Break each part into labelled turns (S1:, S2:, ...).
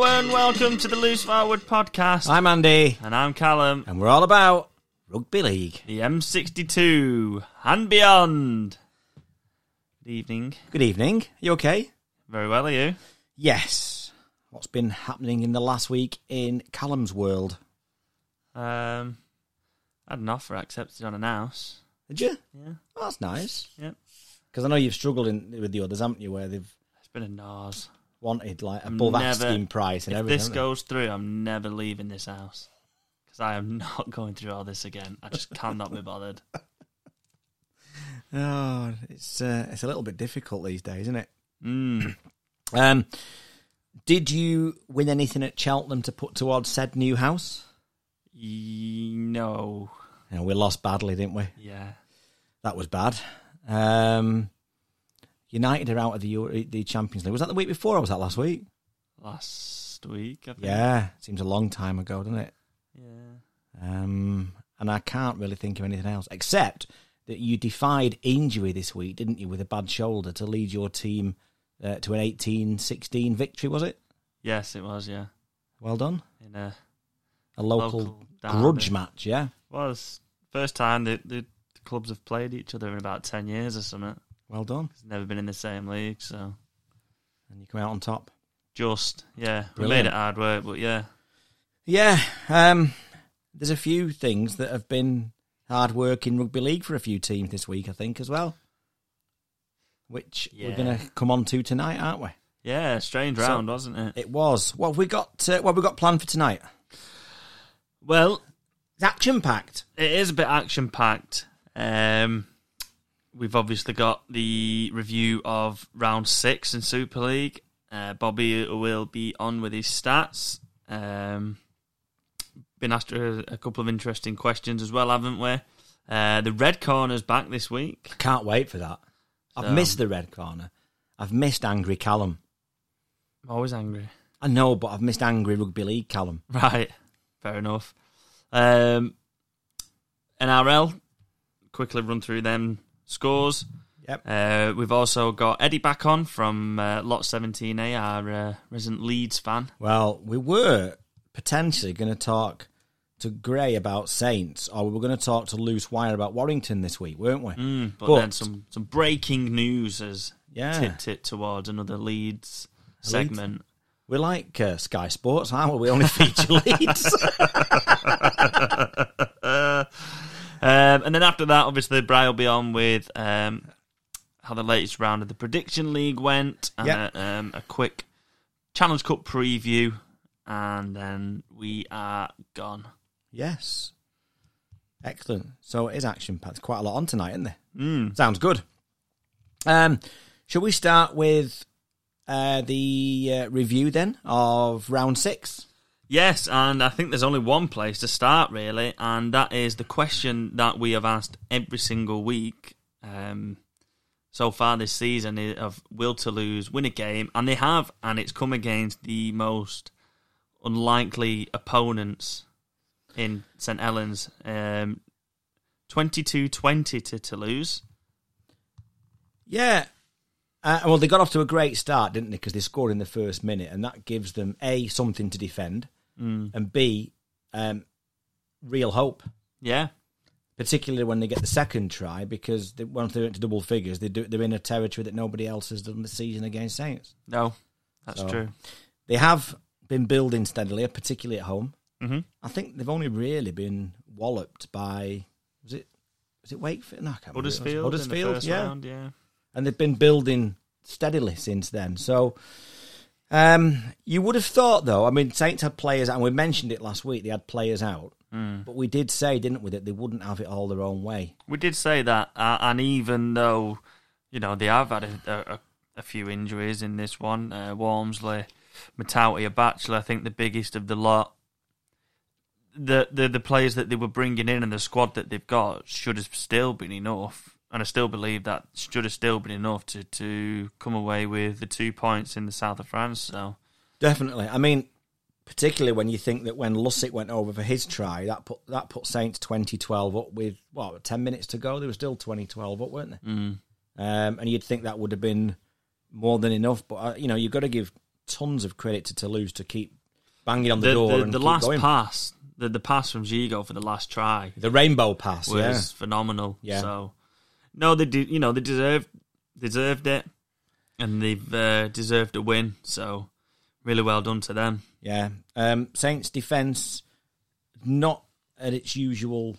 S1: welcome to the Loose Forward podcast.
S2: I'm Andy,
S1: and I'm Callum,
S2: and we're all about rugby league.
S1: the M62 and beyond. Good evening.
S2: Good evening. You okay?
S1: Very well, are you?
S2: Yes. What's been happening in the last week in Callum's world?
S1: Um, I had an offer accepted on an house.
S2: Did you?
S1: Yeah.
S2: Oh, that's nice.
S1: Yep.
S2: Because I know you've struggled in, with the others, haven't you? Where they've
S1: It's been a nars.
S2: wanted like above
S1: never-
S2: asking price and
S1: If
S2: everything.
S1: this
S2: haven't they?
S1: goes through, I'm never leaving this house. Because I am not going through all this again. I just cannot be bothered.
S2: Oh, it's uh, it's a little bit difficult these days, isn't it?
S1: Mm.
S2: Um, did you win anything at Cheltenham to put towards said new house?
S1: Ye- No.
S2: And we lost badly, didn't we?
S1: Yeah.
S2: That was bad. Um, United are out of the Euro, the Champions League. Was that the week before? or Was that last week?
S1: Last week, I think.
S2: Yeah, seems a long time ago, doesn't it?
S1: Yeah.
S2: Um, and I can't really think of anything else except that you defied injury this week, didn't you, with a bad shoulder to lead your team uh, to an 18-16 victory? Was it?
S1: Yes, it was, yeah.
S2: Well done.
S1: In a
S2: A local,
S1: derby.
S2: grudge match, yeah.
S1: Well, it's first time the, the the clubs have played each other in about 10 years or something.
S2: Well done.
S1: It's never been in the same league, so
S2: And you come out on top.
S1: just, yeah. We
S2: Brilliant.
S1: made it hard work, but yeah.
S2: Yeah, um, there's a few things that have been hard work in rugby league for a few teams this week, I think, as well. Which we're
S1: Yeah.
S2: going to come on to tonight, aren't we?
S1: Yeah, strange
S2: So-
S1: round, wasn't it?
S2: It was. What have we got? Uh, what have we got planned for tonight?
S1: Well,
S2: It's action packed.
S1: it is a bit action packed. Um, we've obviously got the review of round six in Super League. Uh, Bobby will be on with his stats. Um, been asked a, a couple of interesting questions as well, haven't we? Uh, the red corner's back this week.
S2: Can't wait for that. I've
S1: Um,
S2: missed the red corner. I've missed angry Callum.
S1: I'm always angry.
S2: I know, but I've missed angry rugby league Callum.
S1: Right, fair enough. Um, NRL, quickly run through them scores.
S2: Yep.
S1: Uh, we've also got Eddie back on from uh, Lot 17A, our uh, resident Leeds fan.
S2: Well, we were potentially going to talk to Gray about Saints, or we were going to talk to Loose Wire about Warrington this week, weren't we?
S1: Mm, but,
S2: But-
S1: then some, some breaking news has
S2: Yeah.
S1: tipped it towards another Leeds segment.
S2: We like uh, Sky Sports, aren't we? We only feature Leeds.
S1: Um, and then after that, obviously, Bri will be on with um, how the latest round of the Prediction League went, and
S2: Yeah.
S1: a, um, a quick Challenge Cup preview, and then we are gone.
S2: yes. Excellent. So it is action packed. Quite a lot on tonight, isn't there? Mm. Sounds good. Um, shall we start with uh, the uh, review then of round six?
S1: Yes, and I think there's only one place to start, really, and that is the question that we have asked every single week um, so far this season i- of will to lose, win a game, and they have, and it's come against the most unlikely opponents in St. Helens. Um, 22-20 to Toulouse.
S2: Yeah. Uh, well, they got off to a great start, didn't they? Because they scored in the first minute, and that gives them a something to defend, and b um, real hope.
S1: Yeah,
S2: particularly when they get the second try, because they, once they went to double figures, they do, they're in a territory that nobody else has done this season against Saints.
S1: no, that's
S2: So-
S1: true.
S2: They have been building steadily, particularly at home.
S1: Mhm.
S2: I think they've only really been walloped by was it was it Wakefield? No, I can't remember who it was.
S1: Huddersfield, in the first
S2: yeah.
S1: round, yeah.
S2: And they've been building steadily since then. So. Um, you would have thought, though. I mean, Saints had players, and we mentioned it last week. They had players out,
S1: Mm.
S2: but we did say, didn't we, that they wouldn't have it all their own way.
S1: We did say that, uh, and even though you know they have had a, a, a few injuries in this one, uh, Walmsley, Matauti, a bachelor, I think the biggest of the lot. The, the the players that they were bringing in and the squad that they've got should have still been enough, and I still believe that should have still been enough to, to come away with the two points in the south of France. So
S2: Definitely. I mean, particularly when you think that when Lussick went over for his try, that put that put Saints 2012 up with what ten minutes to go. They were still 2012 up, weren't they?
S1: mm,
S2: Um, and you'd think that would have been more than enough, but uh, you know you've got to give tons of credit to Toulouse to keep banging on the,
S1: The,
S2: door
S1: the,
S2: and
S1: the
S2: keep
S1: last
S2: going.
S1: pass, the, the pass from Zigo for the last try
S2: the rainbow pass,
S1: was
S2: yeah.
S1: phenomenal.
S2: Yeah.
S1: So, no, they did. You know, they deserved deserved it, and they've uh, deserved a win. So, really well done to them.
S2: Yeah. Um, Saints defense not at its usual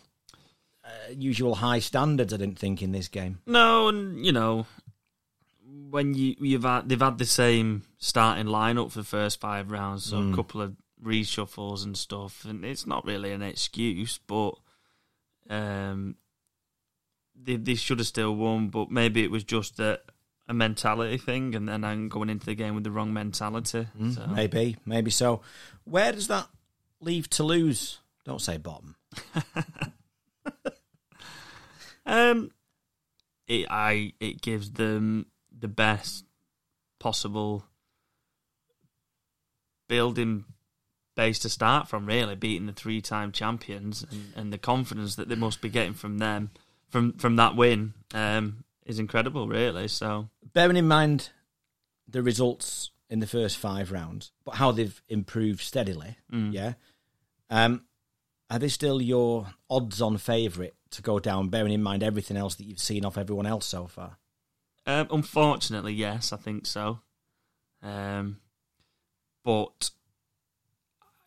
S2: uh, usual high standards. I didn't think in this game.
S1: No, and you know, when you you've had, they've had the same starting lineup for the first five rounds, so a couple of reshuffles and stuff, and it's not really an excuse, but um, they they should have still won, but maybe it was just a, a mentality thing, and then I'm going into the game with the wrong mentality. So.
S2: Maybe, maybe so. Where does that leave Toulouse? Don't say bottom.
S1: Um, it I it gives them the best possible building base to start from. Really, beating the three-time champions and, and the confidence that they must be getting from them from from that win um, is incredible. Really, so
S2: Bearing in mind the results in the first five rounds, but how they've improved steadily.
S1: Mm.
S2: Yeah. Um, are they still your odds-on favourite to go down? Bearing in mind everything else that you've seen off everyone else so far.
S1: um, unfortunately, yes, I think so. Um, but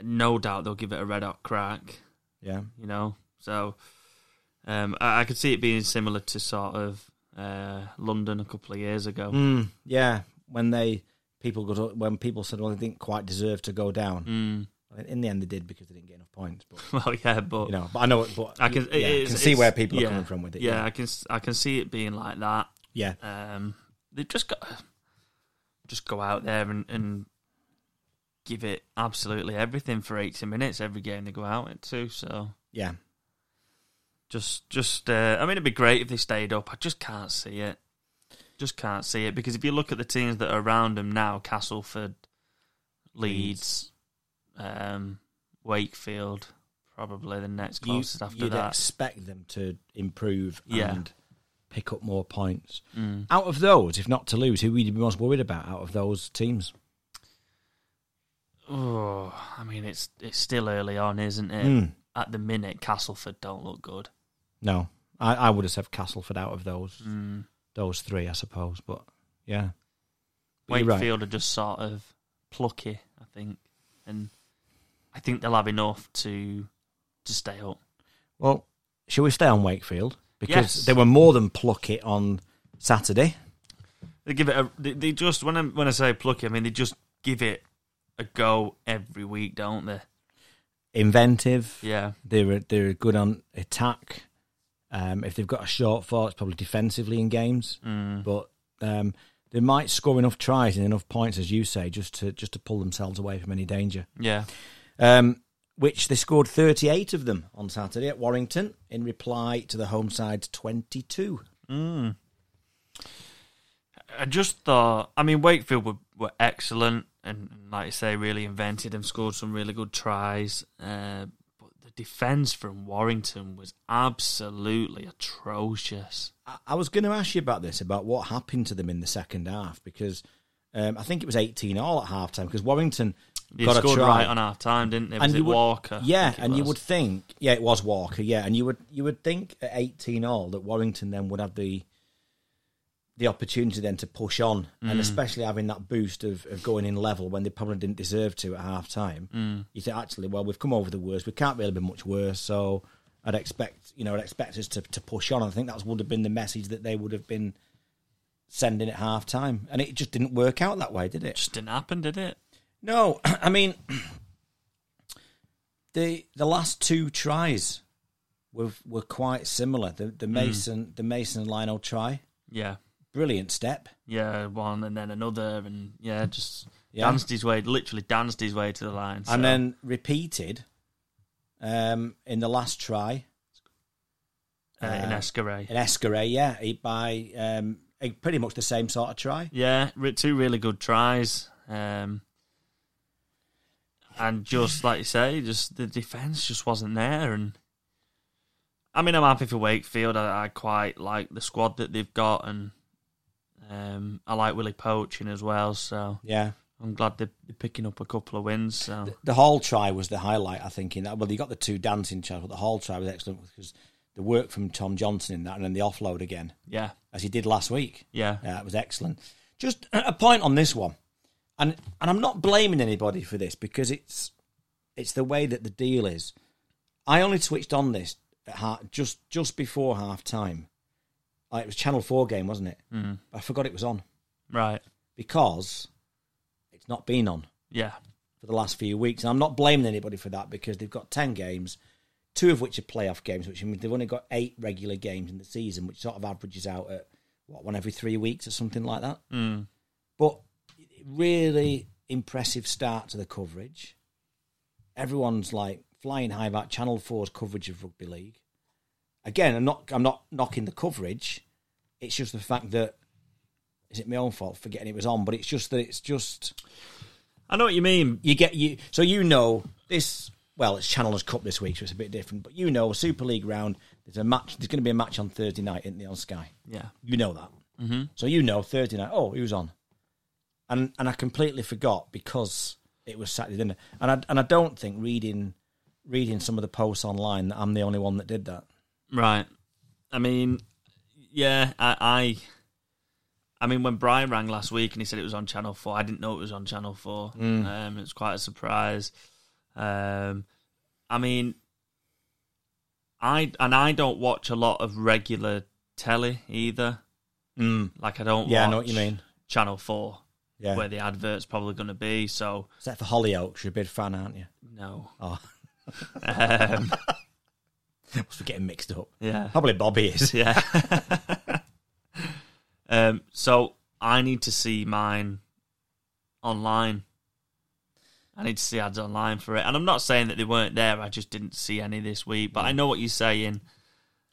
S1: no doubt they'll give it a red hot crack.
S2: Yeah.
S1: you know. So um, I, I could see it being similar to sort of uh, London a couple of years ago.
S2: Mm, yeah, when they people got up- when people said, "Well, they didn't quite deserve to go down."
S1: Mm.
S2: In the end, they did because they didn't get enough points. But
S1: Well, yeah, but
S2: you know, but I know, but
S1: I can,
S2: yeah, I
S1: it's-
S2: can see
S1: it's-
S2: where people
S1: yeah,
S2: are coming from with it.
S1: Yeah, I can, s- I can see it being like that.
S2: yeah,
S1: Um, they've just got just go out there and, and give it absolutely everything for 80 minutes every game they go out into. So
S2: yeah.
S1: just just uh, I mean it'd be great if they stayed up. I just can't see it. Just can't see it because if you look at the teams that are around them now, Castleford, Leeds, um, Wakefield, probably the next
S2: You,
S1: closest after
S2: you'd
S1: that.
S2: expect them to improve
S1: Yeah.
S2: and pick up more points.
S1: Mm.
S2: Out of those, if not to lose, who would you be most worried about out of those teams?
S1: Oh, I mean it's it's still early on, isn't it?
S2: Mm,
S1: At the minute, Castleford don't look good.
S2: no, I, I would have said Castleford out of those
S1: Mm.
S2: those three, I suppose. But yeah, But you're right.
S1: Wakefield are just sort of plucky, I think, and I think they'll have enough to to stay up.
S2: Well, shall we stay on Wakefield? Because
S1: Yes.
S2: they were more than plucky on Saturday.
S1: They give it a. They, they just when I when I say plucky, I mean they just give it a go every week, don't they?
S2: Inventive.
S1: Yeah.
S2: They were they were good on attack. Um, if they've got a shortfall, it's probably defensively in games.
S1: Mm.
S2: But um, they might score enough tries and enough points, as you say, just to just to pull themselves away from any danger.
S1: Yeah.
S2: Um, which they scored 38 of them on Saturday at Warrington in reply to the home side's 22.
S1: Mm. I just thought. I mean, Wakefield were, were excellent and, like you say, really invented and scored some really good tries. Uh, but the defense from Warrington was absolutely atrocious.
S2: I- I was going to ask you about this, about what happened to them in the second half, because um, I think it was 18 all at half time, because Warrington
S1: They
S2: got a
S1: scored
S2: try.
S1: right on half time, didn't they? Was
S2: And
S1: it
S2: you would-
S1: Walker? I
S2: yeah,
S1: think it
S2: and you
S1: was?
S2: would think, yeah, it was Walker, yeah, and you would you would think at 18 all that Warrington then would have the the opportunity then to push on,
S1: Mm.
S2: and especially having that boost of, of going in level when they probably didn't deserve to at half time.
S1: Mm.
S2: You think actually, well, we've come over the worst. We can't really be much worse, so I'd expect you know I'd expect us to, to push on. I think that would have been the message that they would have been sending at half time, and it just didn't work out that way, did it?
S1: Just didn't happen, did it?
S2: No, I mean the the last two tries were were quite similar. The the Mason the Mason and Lionel try,
S1: Yeah.
S2: brilliant step.
S1: yeah, one and then another, and yeah, just
S2: Yeah.
S1: danced his way, literally danced his way to the line. so-
S2: and then repeated um, in the last try
S1: uh, in Escaray.
S2: in Escaray, yeah, he- by um, eh, pretty much the same sort of try.
S1: Yeah, re- two really good tries. Um, and just like you say, just the defence just wasn't there. And I mean, I'm happy for Wakefield. I, I quite like the squad that they've got, and um, I like Willie poaching as well. So
S2: Yeah,
S1: I'm glad they're they're picking up a couple of wins. So
S2: The Hall try was the highlight, I think. In that, well, you got the two dancing tries, but the Hall try was excellent because the work from Tom Johnson in that, and then the offload again,
S1: yeah,
S2: as he did last week.
S1: yeah,
S2: Yeah, it was excellent. Just a a point on this one, and and I'm not blaming anybody for this because it's it's the way that the deal is. I only switched on this at ha- just just before half time. Uh, It was Channel Four game, wasn't it? Mm. I forgot it was on
S1: right,
S2: because it's not been on
S1: yeah,
S2: for the last few weeks. And I'm not blaming anybody for that because they've got 10 games, two of which are playoff games, which means they've only got eight regular games in the season, which sort of averages out at, what, one every three weeks or something like that.
S1: mm,
S2: But really impressive start to the coverage. Everyone's like flying high about Channel 4's coverage of rugby league. Again, I'm not I'm not knocking the coverage. It's just the fact that is it my own fault for getting it was on, but it's just that it's just
S1: I know what you mean.
S2: you get you so you know this well it's channelers cup this week so it's a bit different but you know super league round there's a match there's going to be a match on thursday night in the on sky
S1: Yeah,
S2: you know that mm-hmm. so you know thursday night oh he was on and and i completely forgot because it was saturday dinner and i and i don't think reading reading some of the posts online that i'm the only one that did that
S1: right. I mean, yeah, I, I, I mean, when Brian rang last week and he said it was on Channel Four, I didn't know it was on Channel Four.
S2: Mm.
S1: Um, it's quite a surprise. Um, I mean, I and I don't watch a lot of regular telly either.
S2: mm.
S1: Like I don't.
S2: yeah
S1: watch
S2: i know what you mean
S1: Channel Four,
S2: yeah
S1: where the advert's probably going to be. So
S2: except for hollyoaks you're a big fan aren't you
S1: no.
S2: oh
S1: Um,
S2: we're getting mixed up
S1: yeah.
S2: probably bobby is
S1: Yeah. um, so I need to see mine online. I need to see ads online for it. And I'm not saying that they weren't there, I just didn't see any this week.
S2: Mm.
S1: But I know what you're saying.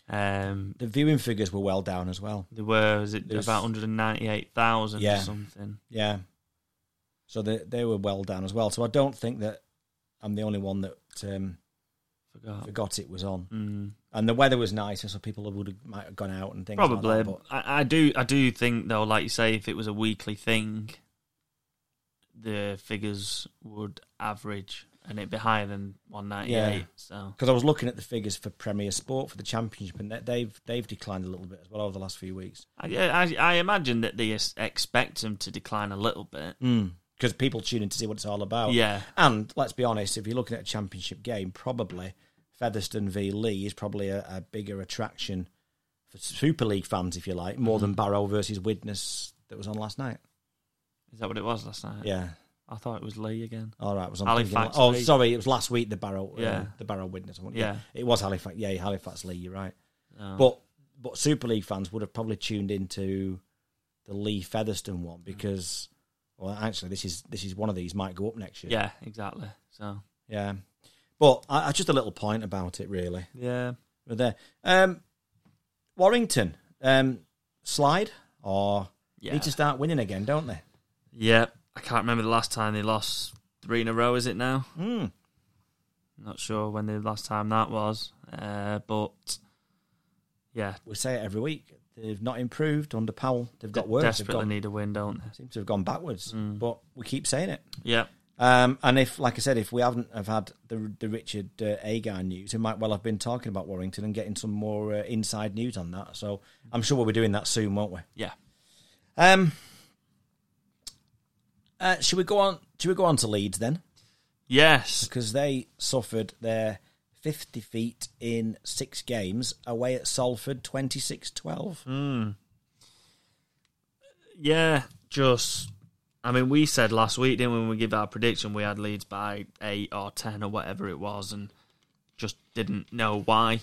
S1: Um,
S2: the viewing figures were well down as well
S1: there were, was it
S2: There's-
S1: about 198,000 or
S2: Yeah.
S1: something?
S2: Yeah. So they they were well down as well. So I don't think that I'm the only one that um,
S1: Forgot.
S2: forgot it was on.
S1: Mm.
S2: And the weather was nice, and so people would have, might have gone out and things. like that,
S1: Probably.
S2: but
S1: I, I do. I do think though, like you say, if it was a weekly thing, the figures would average, and it'd be higher than one ninety eight.
S2: Yeah.
S1: So
S2: because I was looking at the figures for Premier Sport for the Championship, and they- they've they've declined a little bit as well over the last few weeks.
S1: I, I, I imagine that they es- expect them to decline a little bit.
S2: Because people tune in to see what it's all about.
S1: Hmm. Yeah,
S2: And let's be honest, if you're looking at a championship game, probably Featherstone v Lee is probably a, a bigger attraction for Super League fans, if you like,
S1: Hmm.
S2: more than Barrow versus Widnes that was on last night.
S1: is that what it was last night?
S2: Yeah.
S1: I thought it was Lee again.
S2: All right, it was on
S1: Halifax
S2: thinking- Oh,
S1: League.
S2: sorry, it was last week. The Barrow, yeah,
S1: Yeah.
S2: the Barrow witness. wasn't it?
S1: Yeah.
S2: it was Halifax. Yeah, Halifax League. You're right.
S1: Oh.
S2: But but Super League fans would have probably tuned into the Lee Featherstone one because, well, actually, this is this is one of these might go up next year.
S1: yeah, exactly. So
S2: yeah. But I, I just a little point about it, really.
S1: yeah,
S2: We're there. Um, Warrington um, slide or
S1: yeah,
S2: need to start winning again, don't they?
S1: yeah. I can't remember the last time they lost three in a row. Is it now?
S2: Hmm.
S1: Not sure when the last time that was. Uh, but yeah,
S2: We say it every week. They've not improved under Powell. They've got worse. They've
S1: desperately
S2: got
S1: need a win, don't they?
S2: seems to have gone backwards, but we keep saying it.
S1: Yeah,
S2: Um, and if, like I said, if we haven't have had the the Richard uh, Agar news, it might well have been talking about Warrington and getting some more uh, inside news on that. So I'm sure we'll be doing that soon, won't we?
S1: yeah.
S2: Um, uh, should we go on? Should we go on to Leeds then?
S1: Yes.
S2: Because they suffered their fifth defeat in six games away at Salford, 26-12.
S1: Yeah, just. I mean, we said last week, didn't we, when we give our prediction, we had leads by eight or ten or whatever it was, and just didn't know why.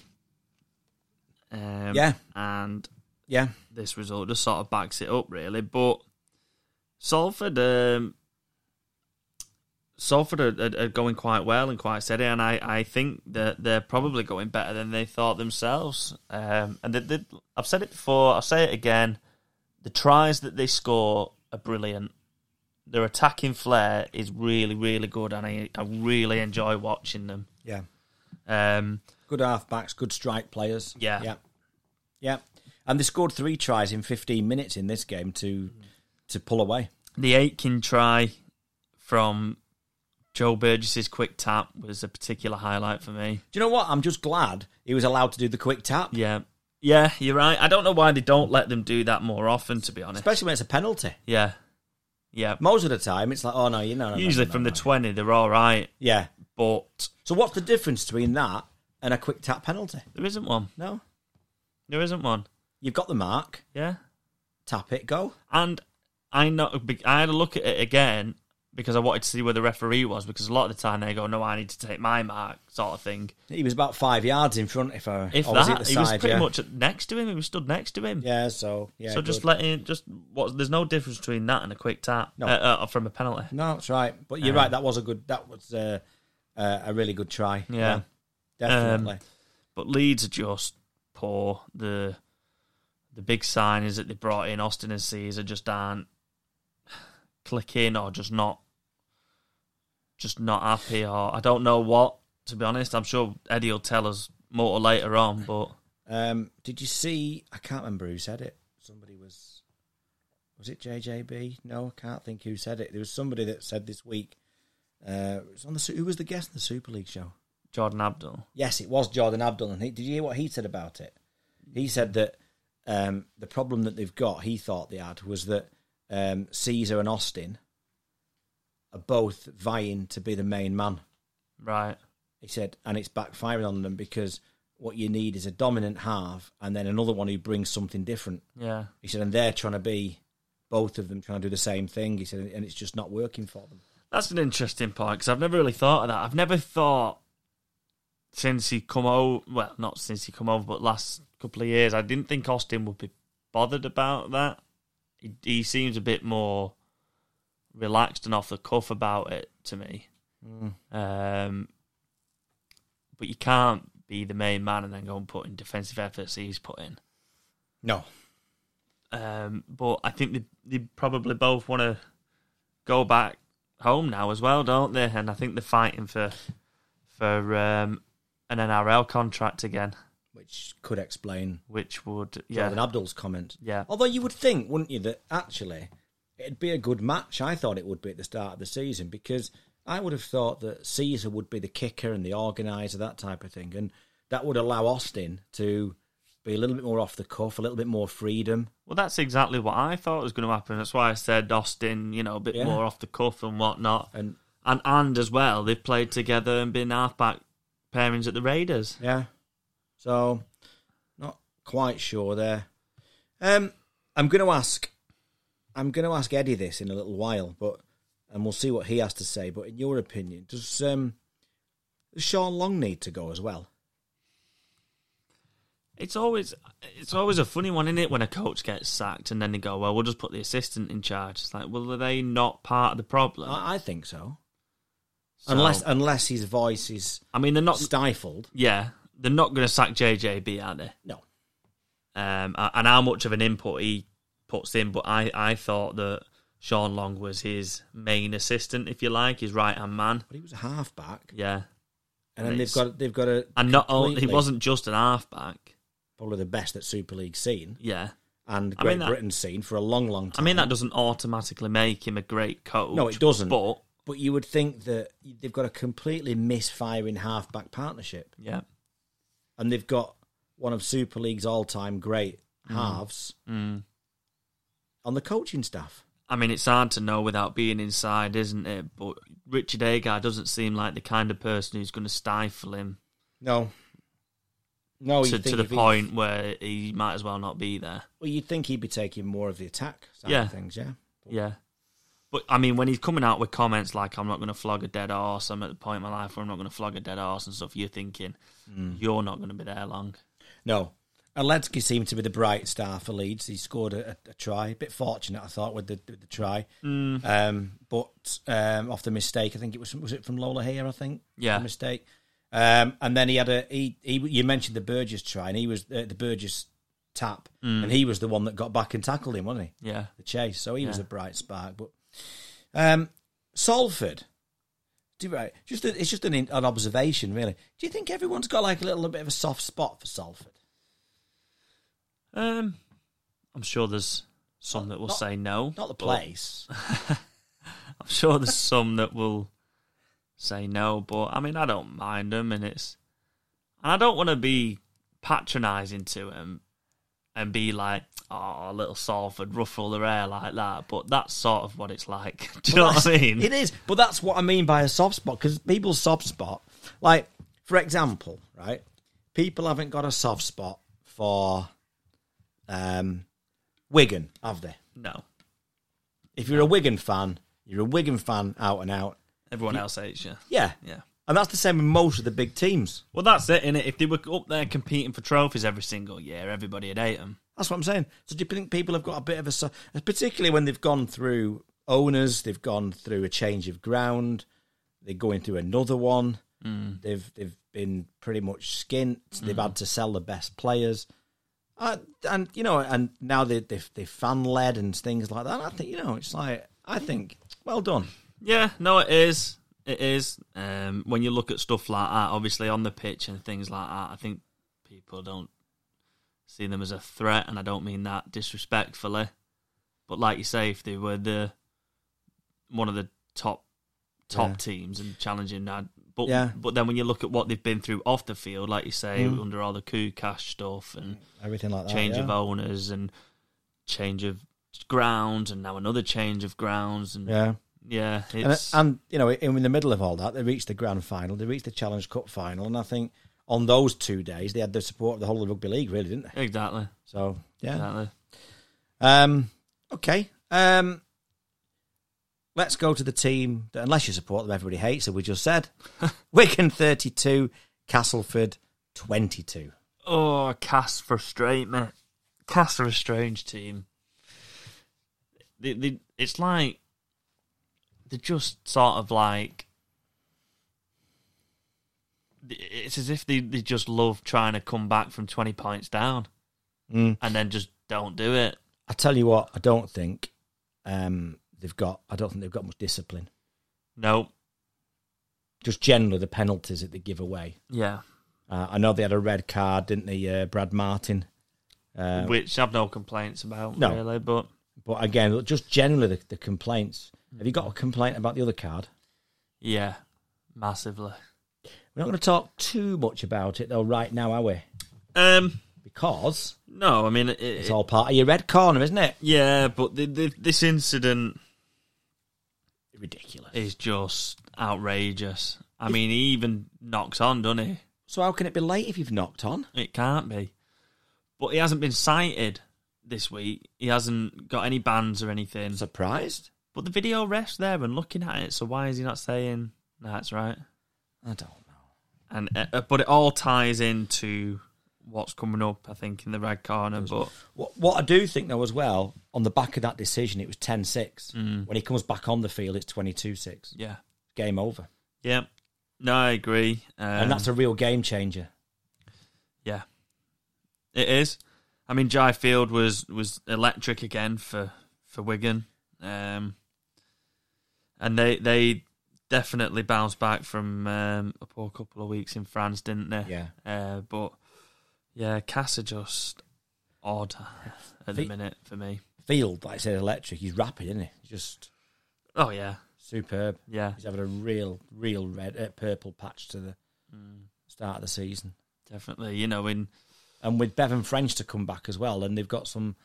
S1: Um,
S2: Yeah.
S1: And
S2: Yeah,
S1: this result just sort of backs it up, really. But Salford, um, Salford are, are, are going quite well and quite steady, and I, I think that they're probably going better than they thought themselves. Um, and they, they, I've said it before, I'll say it again. The tries that they score are brilliant. Their attacking flair is really, really good, and I, I really enjoy watching them.
S2: yeah.
S1: Um,
S2: Good halfbacks, good strike players.
S1: Yeah.
S2: yeah, yeah. And they scored three tries in 15 minutes in this game to to pull away.
S1: the Aitken try from Joe Burgess's quick tap was a particular highlight for me.
S2: Do you know what? I'm just glad he was allowed to do the quick tap,
S1: Yeah. Yeah, you're right. I don't know why they don't let them do that more often, to be honest.
S2: especially when it's a penalty.
S1: Yeah. Yeah.
S2: Most of the time, it's like, oh no, you know. No, no,
S1: Usually
S2: no,
S1: from
S2: no,
S1: the
S2: no.
S1: 20, they're all right,
S2: yeah.
S1: but
S2: So what's the difference between that and a quick tap penalty?
S1: there isn't one.
S2: No,
S1: There isn't one.
S2: you've got the mark,
S1: Yeah.
S2: tap it, go.
S1: And I not I had a look at it again because I wanted to see where the referee was because a lot of the time they go, no, I need to take my mark, sort of thing.
S2: He was about five yards in front. If uh, I
S1: If
S2: or Oh, was he at
S1: that,
S2: the
S1: he
S2: side,
S1: was pretty
S2: yeah.
S1: much next to him. He was stood next to him.
S2: yeah. So yeah.
S1: so just
S2: good.
S1: letting just what there's no difference between that and a quick tap
S2: No.
S1: uh, uh, from a penalty.
S2: no, that's right. But you're right. That was a good. That was uh, uh, a really good try.
S1: Yeah.
S2: definitely.
S1: But Leeds are just poor. The the big signings that they brought in, Austin and Caesar, just aren't clicking or just not just not happy or I don't know what, to be honest. I'm sure Eddie will tell us more later on, but
S2: Um, did you see? I can't remember who said it. Somebody was. Was it JJB? No, I can't think who said it. There was somebody that said this week. Uh, it was on the Su- who was the guest in the Super League show?
S1: Jordan Abdul.
S2: Yes, it was Jordan Abdul. And he, did you hear what he said about it? He said that um, the problem that they've got, he thought they had, was that um, Caesar and Austin are both vying to be the main man.
S1: Right.
S2: He said, and it's backfiring on them because what you need is a dominant half and then another one who brings something different.
S1: Yeah.
S2: He said, and they're trying to be both of them trying to do the same thing. He said, and it's just not working for them.
S1: That's an interesting point because I've never really thought of that. I've never thought since he come over. Well, not since he come over, but last couple of years, I didn't think Austin would be bothered about that. He, he seems a bit more relaxed and off the cuff about it to me. Um, but you can't be the main man and then go and put in defensive efforts he's put in.
S2: No,
S1: Um, but I think they, they probably both want to go back home now as well, don't they? And I think they're fighting for for um, an NRL contract again,
S2: which could explain
S1: which would yeah
S2: Jordan Abdul's comment.
S1: yeah
S2: Although you would think, wouldn't you, that actually it'd be a good match. I thought it would be at the start of the season because I would have thought that Caesar would be the kicker and the organizer, that type of thing, and that would allow Austin to be a little bit more off the cuff, a little bit more freedom.
S1: Well, that's exactly what I thought was going to happen. That's why I said Austin, you know, a bit
S2: Yeah.
S1: more off the cuff and whatnot.
S2: And
S1: And and as well, they've played together and been halfback pairings at the Raiders.
S2: yeah, so not quite sure there. Um, I'm going to ask, I'm going to ask Eddie this in a little while, but and we'll see what he has to say. But in your opinion, does um, does Sean Long need to go as well?
S1: It's always it's always a funny one, isn't it, when a coach gets sacked and then they go, Well, we'll just put the assistant in charge. It's like, well, are they not part of the problem?
S2: I, I think so.
S1: So-
S2: Uh, Unless uh, unless his voice is
S1: I mean they're not
S2: stifled.
S1: yeah, they're not gonna sack JJB, are they?
S2: No.
S1: Um a- and how much of an input he puts in, but I, I thought that Sean Long was his main assistant, if you like, his right hand man.
S2: But he was a halfback.
S1: Yeah.
S2: And
S1: And
S2: then they've
S1: it's-
S2: got they've got a
S1: And not only he
S2: completely-
S1: wasn't just an halfback.
S2: probably the best that Super League's seen
S1: Yeah.
S2: and
S1: I
S2: Great
S1: mean that-
S2: Britain's seen for a long, long
S1: I
S2: time.
S1: mean that doesn't automatically make him a great coach.
S2: No, it doesn't.
S1: But
S2: But you would think that they've got a completely misfiring halfback partnership.
S1: yeah.
S2: And they've got one of Super League's all time great halves
S1: Mm.
S2: on the coaching staff.
S1: I mean, it's hard to know without being inside, isn't it? But Richard Agar doesn't seem like the kind of person who's going to stifle him
S2: No. No,
S1: to,
S2: you'd think
S1: to the
S2: if he-
S1: point where he might as well not be there.
S2: Well, you'd think he'd be taking more of the attack side
S1: Yeah.
S2: of things, yeah.
S1: Yeah. But I mean, when he's coming out with comments like, I'm not going to flog a dead horse, I'm at the point in my life where I'm not going to flog a dead horse and stuff, you're thinking,
S2: Hmm.
S1: you're not going to be there long.
S2: No. Aletsky seemed to be the bright star for Leeds. He scored a, a, a try. A bit fortunate, I thought, with the, with the try.
S1: Mm.
S2: Um, but um, off the mistake, I think it was was it from Lola here. I think
S1: Yeah.
S2: the mistake. Um, and then he had a he, he you mentioned the Burgess try, and he was uh, the Burgess tap,
S1: Mm.
S2: and he was the one that got back and tackled him, wasn't he?
S1: Yeah.
S2: The chase. So he was
S1: Yeah.
S2: a bright spark. But um, Salford. Do you, right, just a, it's just an, in- an observation, really. Do you think everyone's got like a little bit of a soft spot for Salford?
S1: Um, I'm sure there's some that will
S2: not-
S1: say no.
S2: Not the
S1: but-
S2: place.
S1: I'm sure there's some that will say no, but I mean, I don't mind them, and it's, and I don't want to be patronising to them and be like, oh, little Salford, ruffle their hair like that. But that's sort of what it's like. Do you know what I mean?
S2: It is, but that's what I mean by a soft spot because people's soft spot, like for example, right? People haven't got a soft spot for um, Wigan, have they?
S1: no,
S2: If you're a Wigan fan, you're a Wigan fan out and out.
S1: everyone else hates you.
S2: Yeah,
S1: Yeah.
S2: and that's the same with most of the big teams.
S1: Well, that's it, innit? If they were up there competing for trophies every single year, everybody would hate them.
S2: That's what I'm saying. So do you think people have got a bit of a, so- particularly when they've gone through owners, they've gone through a change of ground, they're going through another one.
S1: Mm.
S2: They've they've been pretty much skint. They've had to sell the best players, uh, and you know, and now they they they fan led and things like that. And I think you know, it's like I think well done.
S1: Yeah, no, it is. It is. Um, when you look at stuff like that, obviously on the pitch and things like that, I think people don't see them as a threat, and I don't mean that disrespectfully. But like you say, if they were the one of the top top
S2: Yeah.
S1: teams and challenging that, but
S2: Yeah.
S1: but then when you look at what they've been through off the field, like you say, under all the coup cash stuff and
S2: Everything like that.
S1: change
S2: Mm. Oh, yeah.
S1: of owners and change of grounds, and now another change of grounds, and yeah,
S2: Yeah. And,
S1: it's
S2: and you know, in the middle of all that, they reached the grand final, they reached the Challenge Cup final, and I think on those two days they had the support of the whole of the rugby league, really, didn't they?
S1: exactly.
S2: So yeah.
S1: Exactly.
S2: Um, okay. Um, let's go to the team that, unless you support them, everybody hates. So we just said Wigan thirty-two, Castleford twenty-two.
S1: Oh, Cass frustrate me. Cass are a strange team. They, they, it's like they're just sort of like it's as if they, they just love trying to come back from twenty points down
S2: Mm.
S1: and then just don't do it.
S2: I tell you what, I don't think um, they've got. I don't think they've got much discipline.
S1: No,
S2: Just generally the penalties that they give away.
S1: yeah,
S2: Uh, I know they had a red card, didn't they, uh, Brad Martin? Uh,
S1: which I've no complaints about
S2: No.
S1: really, but
S2: but again, just generally the, the complaints. Have you got a complaint about the other card?
S1: yeah, massively.
S2: We're not going to talk too much about it though, right now, are we?
S1: Um,
S2: Because
S1: no, I mean it, it,
S2: it's all part of your red corner, isn't it?
S1: yeah, but the, the, this incident.
S2: Ridiculous.
S1: is just outrageous. I mean, he even knocks on, doesn't he?
S2: So how can it be late if you've knocked on?
S1: It can't be. But he hasn't been cited this week. He hasn't got any bans or anything.
S2: Surprised?
S1: But the video ref's there and looking at it, so why is he not saying that's right?
S2: I don't know.
S1: And uh, uh, but it all ties into what's coming up, I think, in the red corner. But
S2: What, what I do think though, as well, on the back of that decision, it was 10-6. When he comes back on the field, it's 22-6.
S1: mm, yeah,
S2: Game over,
S1: yeah, no, I agree. Um,
S2: and that's a real game changer.
S1: Yeah, it is. I mean, Jai Field was was electric again for for Wigan, um, and they they definitely bounced back from um, a poor couple of weeks in France, didn't they?
S2: Yeah.
S1: Uh, but yeah, Cass are just odd at the
S2: Fe-
S1: minute for me.
S2: Field, like I said, electric. He's rapid, isn't he? He's just
S1: Oh yeah,
S2: superb.
S1: yeah,
S2: He's having a real, real red, uh, purple patch to the start of the season.
S1: Mm, definitely. You know, in
S2: and with Bevan French to come back as well, and they've got some,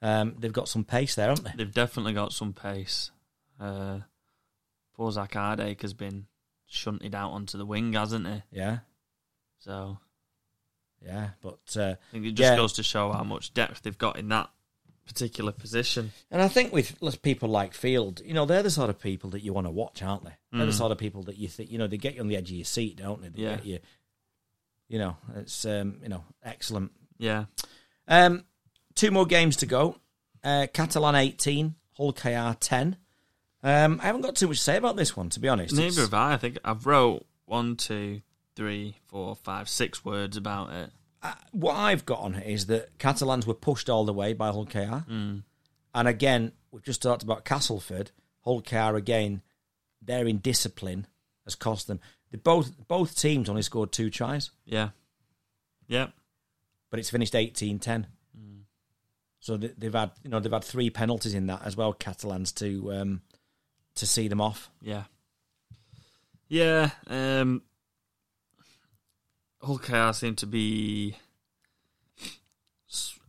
S2: um, they've got some pace there, haven't they?
S1: they've definitely got some pace. Uh, poor Zach Hardacre has been shunted out onto the wing, hasn't he?
S2: Yeah,
S1: So
S2: yeah. But uh,
S1: I think it just
S2: Yeah.
S1: goes to show how much depth they've got in that particular position.
S2: and I think with l- people like Field, you know, they're the sort of people that you want to watch, aren't they? They're the sort of people Mm. that you think, you know, they get you on the edge of your seat, don't they? They
S1: Mm. Yeah.
S2: get you, you know, it's um, you know, excellent.
S1: Yeah.
S2: Um, two more games to go. Uh, Catalan eighteen, Hull KR ten. Um, I haven't got too much to say about this one, to be honest.
S1: Neither
S2: It's-
S1: have I. I think I've wrote one, two, three, four, five, six words about it.
S2: uh, what I've got on it is that Catalans were pushed all the way by Hull KR.
S1: Hmm.
S2: And again, we've just talked about Castleford. Hull KR again, their indiscipline has cost them. They both both teams only scored two tries,
S1: Yeah. Yeah.
S2: but it's finished 18-10.
S1: Hmm.
S2: So they, they've had you know they've had three penalties in that as well. Catalans to um, to see them off.
S1: Yeah. Yeah. Um, Hulk KR seem to be.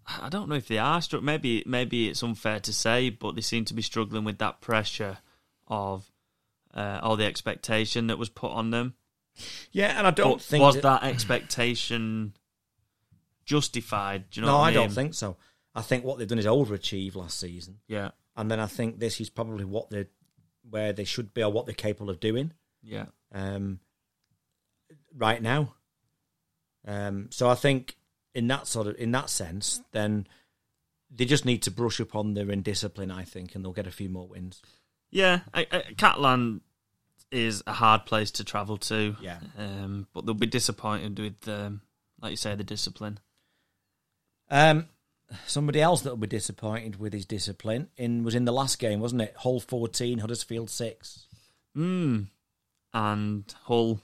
S1: I don't know if they are struck. Maybe maybe it's unfair to say, but they seem to be struggling with that pressure of uh, or the expectation that was put on them.
S2: Yeah, and I don't
S1: But
S2: think
S1: was
S2: that-
S1: that expectation justified? Do you know?
S2: no,
S1: what
S2: I,
S1: I,
S2: don't
S1: mean?
S2: think so. I think what they've done is overachieve last season,
S1: Yeah,
S2: and then I think this is probably what they where they should be or what they're capable of doing
S1: yeah,
S2: um, right now. Um, so I think in that sort of in that sense, then they just need to brush up on their indiscipline. I think, and they'll get a few more wins.
S1: yeah. I, I, Catalan is a hard place to travel to.
S2: Yeah.
S1: um, but they'll be disappointed with, um, like you say, the discipline.
S2: Um, somebody else that will be disappointed with his discipline in was in the last game, wasn't it? Hull fourteen, Huddersfield six.
S1: Mm. And Hull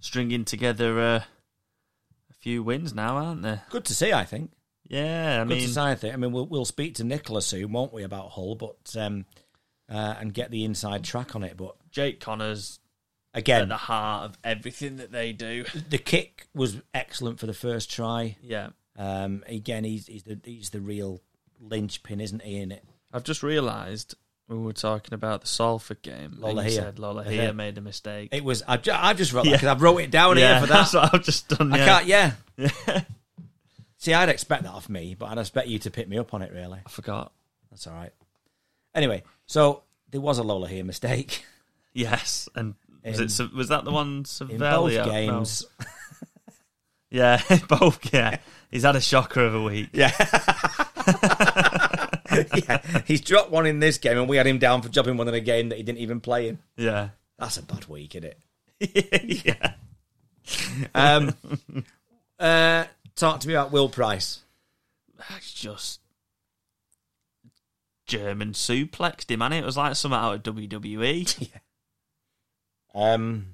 S1: stringing together uh, a few wins now, aren't they?
S2: Good to see, I think.
S1: Yeah, I
S2: Good
S1: mean,
S2: to see, I think. I mean, we'll we'll speak to Nicola soon, won't we, about Hull, but um, uh, and get the inside track on it. But
S1: Jake Connors at
S2: again,
S1: the heart of everything that they do.
S2: the kick was excellent for the first try.
S1: yeah.
S2: Um, again, he's he's the he's the real linchpin, isn't he? In it,
S1: I've just realised when we were talking about the Salford game,
S2: Lola
S1: you
S2: Hea.
S1: said Lola
S2: Is it?
S1: Hea made a mistake.
S2: it was. I've just, I've just wrote that
S1: Yeah.
S2: 'cause I've wrote it down here for that.
S1: that's what I've just done.
S2: I
S1: yeah.
S2: can't. Yeah. See, I'd expect that off me, but I'd expect you to pick me up on it. Really,
S1: I forgot.
S2: that's all right. Anyway, so there was a Lola here mistake
S1: Yes, and was,
S2: In-
S1: it, Sa- was that the one
S2: in
S1: Savelli?
S2: both games.
S1: Yeah, both. Yeah, he's had a shocker of a week.
S2: yeah, he's dropped one in this game, and we had him down for dropping one in a game that he didn't even play in.
S1: Yeah,
S2: That's a bad week, isn't it?
S1: yeah.
S2: Um, uh, talk to me about Will Price.
S1: That's just German suplexed him, and it was like something out of E. WWE.
S2: Um,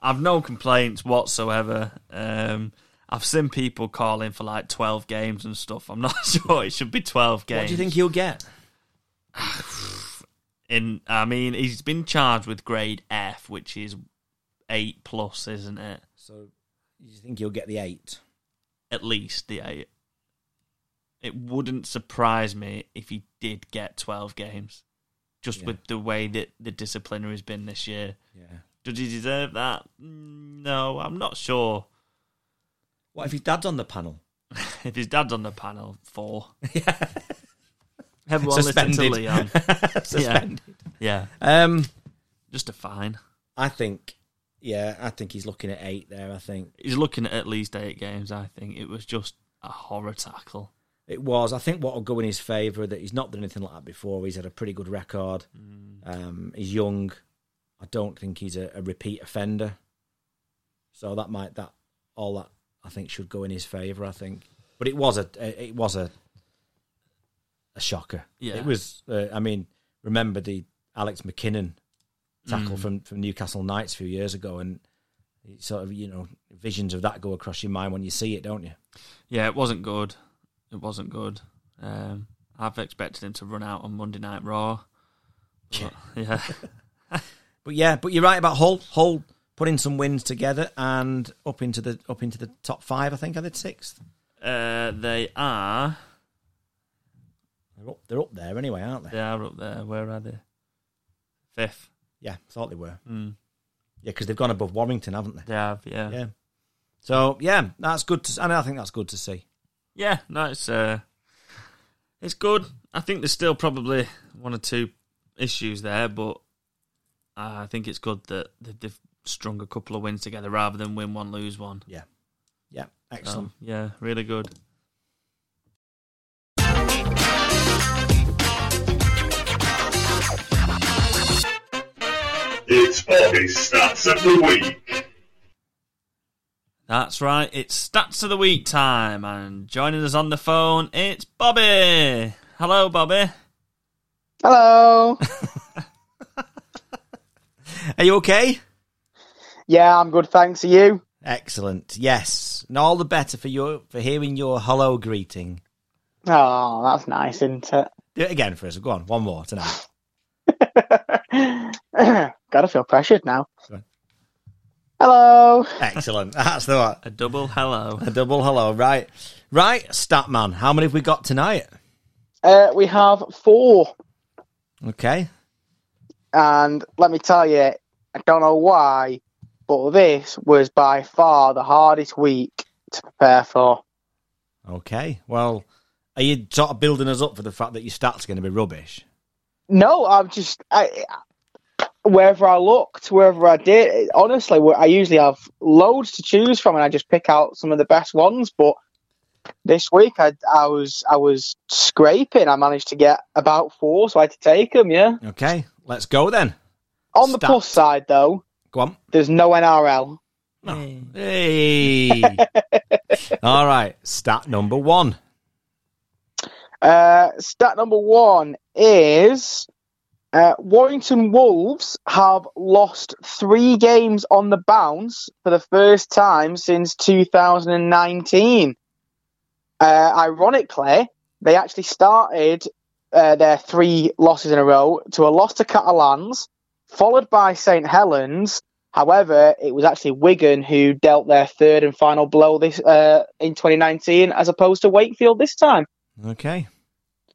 S1: I've no complaints whatsoever. Um, I've seen people calling for like twelve games and stuff. I'm not sure it should be twelve games.
S2: what do you think he'll get?
S1: In, I mean, he's been charged with grade F, which is eight plus, isn't it?
S2: So, you think he'll get the eight?
S1: At least the eight. It wouldn't surprise me if he did get twelve games, just
S2: Yeah.
S1: with the way that the disciplinary has been this year.
S2: Yeah.
S1: Does he deserve that? Mm, No, I'm not sure.
S2: What if his dad's on the panel?
S1: If his dad's on the panel, four. Everyone listen
S2: Suspended.
S1: to Leon.
S2: Suspended.
S1: Yeah,
S2: Um,
S1: just a fine.
S2: I think. Yeah, I think he's looking at eight there. I think
S1: He's looking at at least eight games. I think it was just a horror tackle.
S2: it was. I think what will go in his favour that he's not done anything like that before. He's had a pretty good record. Um, he's young. I don't think he's a, a repeat offender. So that might that all that I think should go in his favour. I think, but it was a it was a a shocker.
S1: Yeah.
S2: it was. Uh, I mean, remember the Alex McKinnon tackle from from Newcastle Knights a few years ago, and it sort of you know visions of that go across your mind when you see it, don't you?
S1: Yeah, it wasn't good. It wasn't good. Um, I've expected him to run out on Monday Night Raw. But, yeah,
S2: But yeah, but you're right about Hull. Hull putting some wins together and up into the up into the top five. I think I did sixth.
S1: uh, they are.
S2: They're up, they're up there anyway, aren't they?
S1: They are up there. Where are they? Fifth.
S2: Yeah, thought they were.
S1: Mm,
S2: Yeah, because they've gone above Warrington, haven't they?
S1: they have. yeah.
S2: Yeah. So yeah, that's good. To, and I think that's good to see.
S1: Yeah, no, it's uh, it's good. I think there's still probably one or two issues there, but I think it's good that they've- they've strung a couple of wins together rather than win one, lose one.
S2: Yeah, Um,
S1: So,
S2: excellent.
S1: yeah, really good.
S3: It's Bobby's Stats of the Week.
S1: That's right. It's stats of the week time, and joining us on the phone, it's Bobby. Hello, Bobby.
S4: Hello.
S2: Are you okay?
S4: yeah, I'm good, thanks. Are you?
S2: Excellent. Yes, and all the better for your for hearing your hello greeting.
S4: Oh, that's nice, isn't it?
S2: Do it again for us. Go on, one more tonight.
S4: Gotta feel pressured now.
S2: Go on.
S4: Hello.
S2: Excellent. That's the one.
S1: A double hello.
S2: A double hello. Right. Right, Statman. How many have we got tonight?
S4: Uh, we have four,
S2: Okay.
S4: and let me tell you, I don't know why, but this was by far the hardest week to prepare for.
S2: Okay. Well, are you sort of building us up for the fact that your stats are going to be rubbish?
S4: No, I'm just I, wherever I looked, wherever I did. Honestly, where- I usually have loads to choose from, and I just pick out some of the best ones. But this week, I, I was I was scraping. I managed to get about four, so I had to take them. Yeah.
S2: Okay. Let's go then.
S4: On the
S2: Stat.
S4: plus side, though,
S2: Go on.
S4: there's no NRL.
S2: Hey. All right. Stat number one.
S4: Uh, stat number one is uh, Warrington Wolves have lost three games on the bounce for the first time since 2019. Uh, ironically, they actually started uh, their three losses in a row to a loss to Catalans, followed by St Helens. However, it was actually Wigan who dealt their third and final blow this uh, in 2019, as opposed to Wakefield this time.
S2: Okay.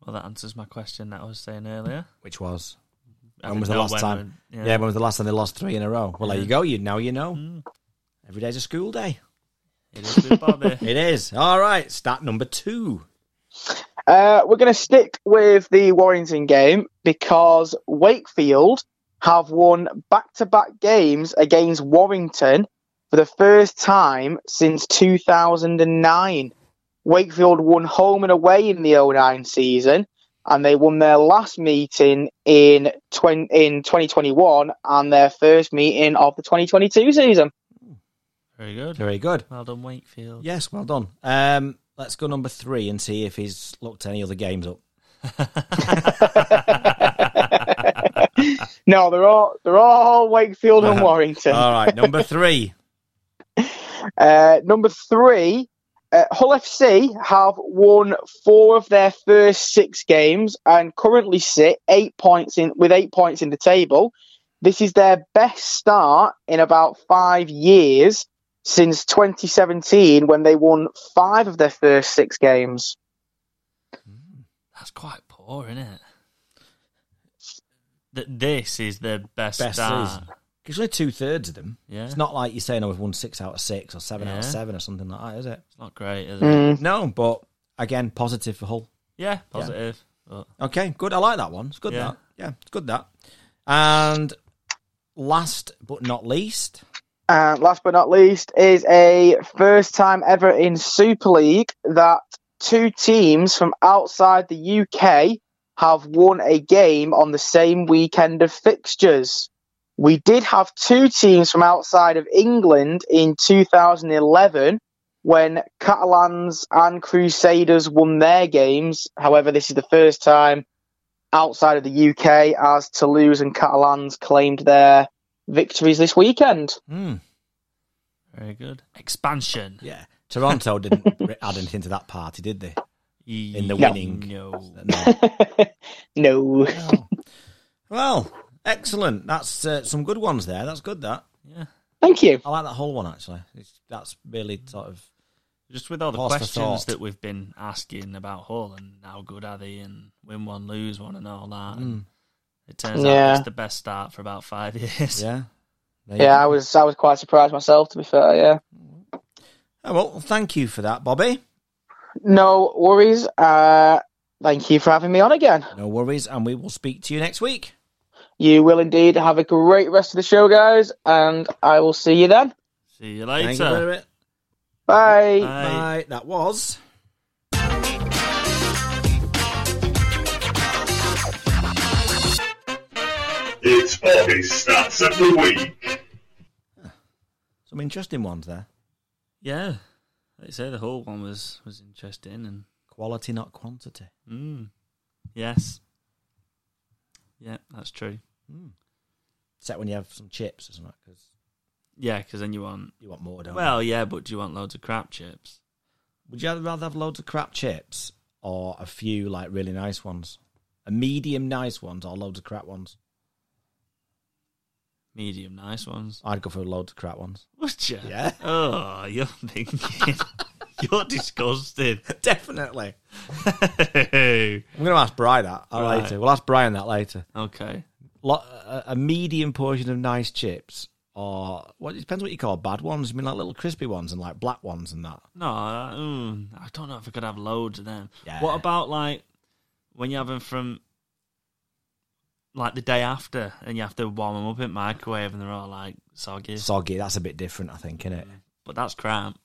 S1: Well, that answers my question that I was saying earlier.
S2: Which was?
S1: I
S2: When was the
S1: didn't know
S2: last time?
S1: we-
S2: Yeah. when was the last time they lost three in a row? Well, there you go. You Now you know.
S1: Mm.
S2: Every day's a school day.
S1: It is with Bobby.
S2: It is. All right. Stat number two.
S4: Uh, we're going to stick with the Warrington game because Wakefield have won back to back games against Warrington for the first time since 2009. Wakefield won home and away in the 09 season, and they won their last meeting in, 20, in 2021 and their first meeting of the 2022 season.
S1: Very good.
S2: Very good.
S1: Well done, Wakefield.
S2: Yes, well done. Um, let's go number three and see if he's looked any other games up.
S4: No, they're all, they're all Wakefield and
S2: Uh-huh.
S4: Warrington.
S2: All right, number three.
S4: Uh, number three, uh, Hull FC have won four of their first six games and currently sit eight points in with eight points in the table. This is their best start in about five years since 2017 when they won five of their first six games.
S1: That's quite poor, isn't it? That this is the best,
S2: Best
S1: start.
S2: season. It's only two thirds of them.
S1: Yeah.
S2: It's not like you're saying, oh, we've won six out of six or seven out of
S1: Yeah.
S2: seven or something like that, is it?
S1: It's not great, is it?
S4: Mm.
S2: No, but again, positive for Hull.
S1: Yeah, positive. But
S2: Okay, good. I like that one. It's good
S1: Yeah.
S2: that. Yeah, it's good that. And last but not least,
S4: And last but not least is a first time ever in Super League that two teams from outside the UK have won a game on the same weekend of fixtures. We did have two teams from outside of England in 2011 when Catalans and Crusaders won their games. However, this is the first time outside of the UK as Toulouse and Catalans claimed their victories this weekend.
S2: hmm,
S1: very good. Expansion.
S2: yeah, Toronto didn't add anything to that party, did they? In the
S1: Ye-
S2: winning.
S1: No.
S2: No.
S4: no.
S2: Oh. well, excellent. That's uh, some good ones there. That's good. That
S1: Yeah.
S4: Thank you.
S2: I like that whole one actually. It's, that's really sort of
S1: Just with all the
S2: Pause for
S1: questions
S2: thought.
S1: that we've been asking about Hull and how good are they and win one, lose one and all that. and
S2: Mm.
S1: It turns
S4: Yeah.
S1: out it's the best start for about five years.
S2: yeah. There you
S4: Yeah, I
S2: go.
S4: was I was quite surprised myself to be fair, yeah.
S2: Oh, well, thank you for that, Bobby.
S4: No worries. Uh thank you for having me on again.
S2: No worries, and we will speak to you next week.
S4: You will indeed have a great rest of the show, guys, and I will see you then.
S1: See you
S2: Thank you
S1: later.
S2: very much.
S4: Bye.
S1: Bye.
S2: Bye. That was.
S3: It's Bobby's Stats of the Week.
S2: Some interesting ones there.
S1: Yeah. Like you say, the whole one was, was interesting and
S2: Quality, not quantity.
S1: Mm. Yes. Yeah, that's true.
S2: Except when you have some chips, isn't it? Because
S1: Yeah, because then you want.
S2: you want more, don't you?
S1: Well, yeah, but do you want loads of crap chips?
S2: Would you rather have loads of crap chips or a few like really nice ones? A medium nice ones or loads of crap ones?
S1: medium nice ones.
S2: I'd go for loads of crap ones.
S1: Would you?
S2: Yeah.
S1: Oh, you're thinking. you're disgusted.
S2: Definitely.
S1: okay.
S2: I'm going to ask Brian that uh,
S1: Right.
S2: later. We'll ask Brian that later.
S1: Right.
S2: Lo- a, a medium portion of nice chips, or what? It depends what you call bad ones. I mean, like little crispy ones and like black ones and that.
S1: No, I, mm, I don't know if I could have loads of them.
S2: Yeah.
S1: What about like when you have them from like the day after and you have to warm them up in microwave and they're all like soggy?
S2: Soggy. That's a bit different, I think, innit?
S1: But that's crap.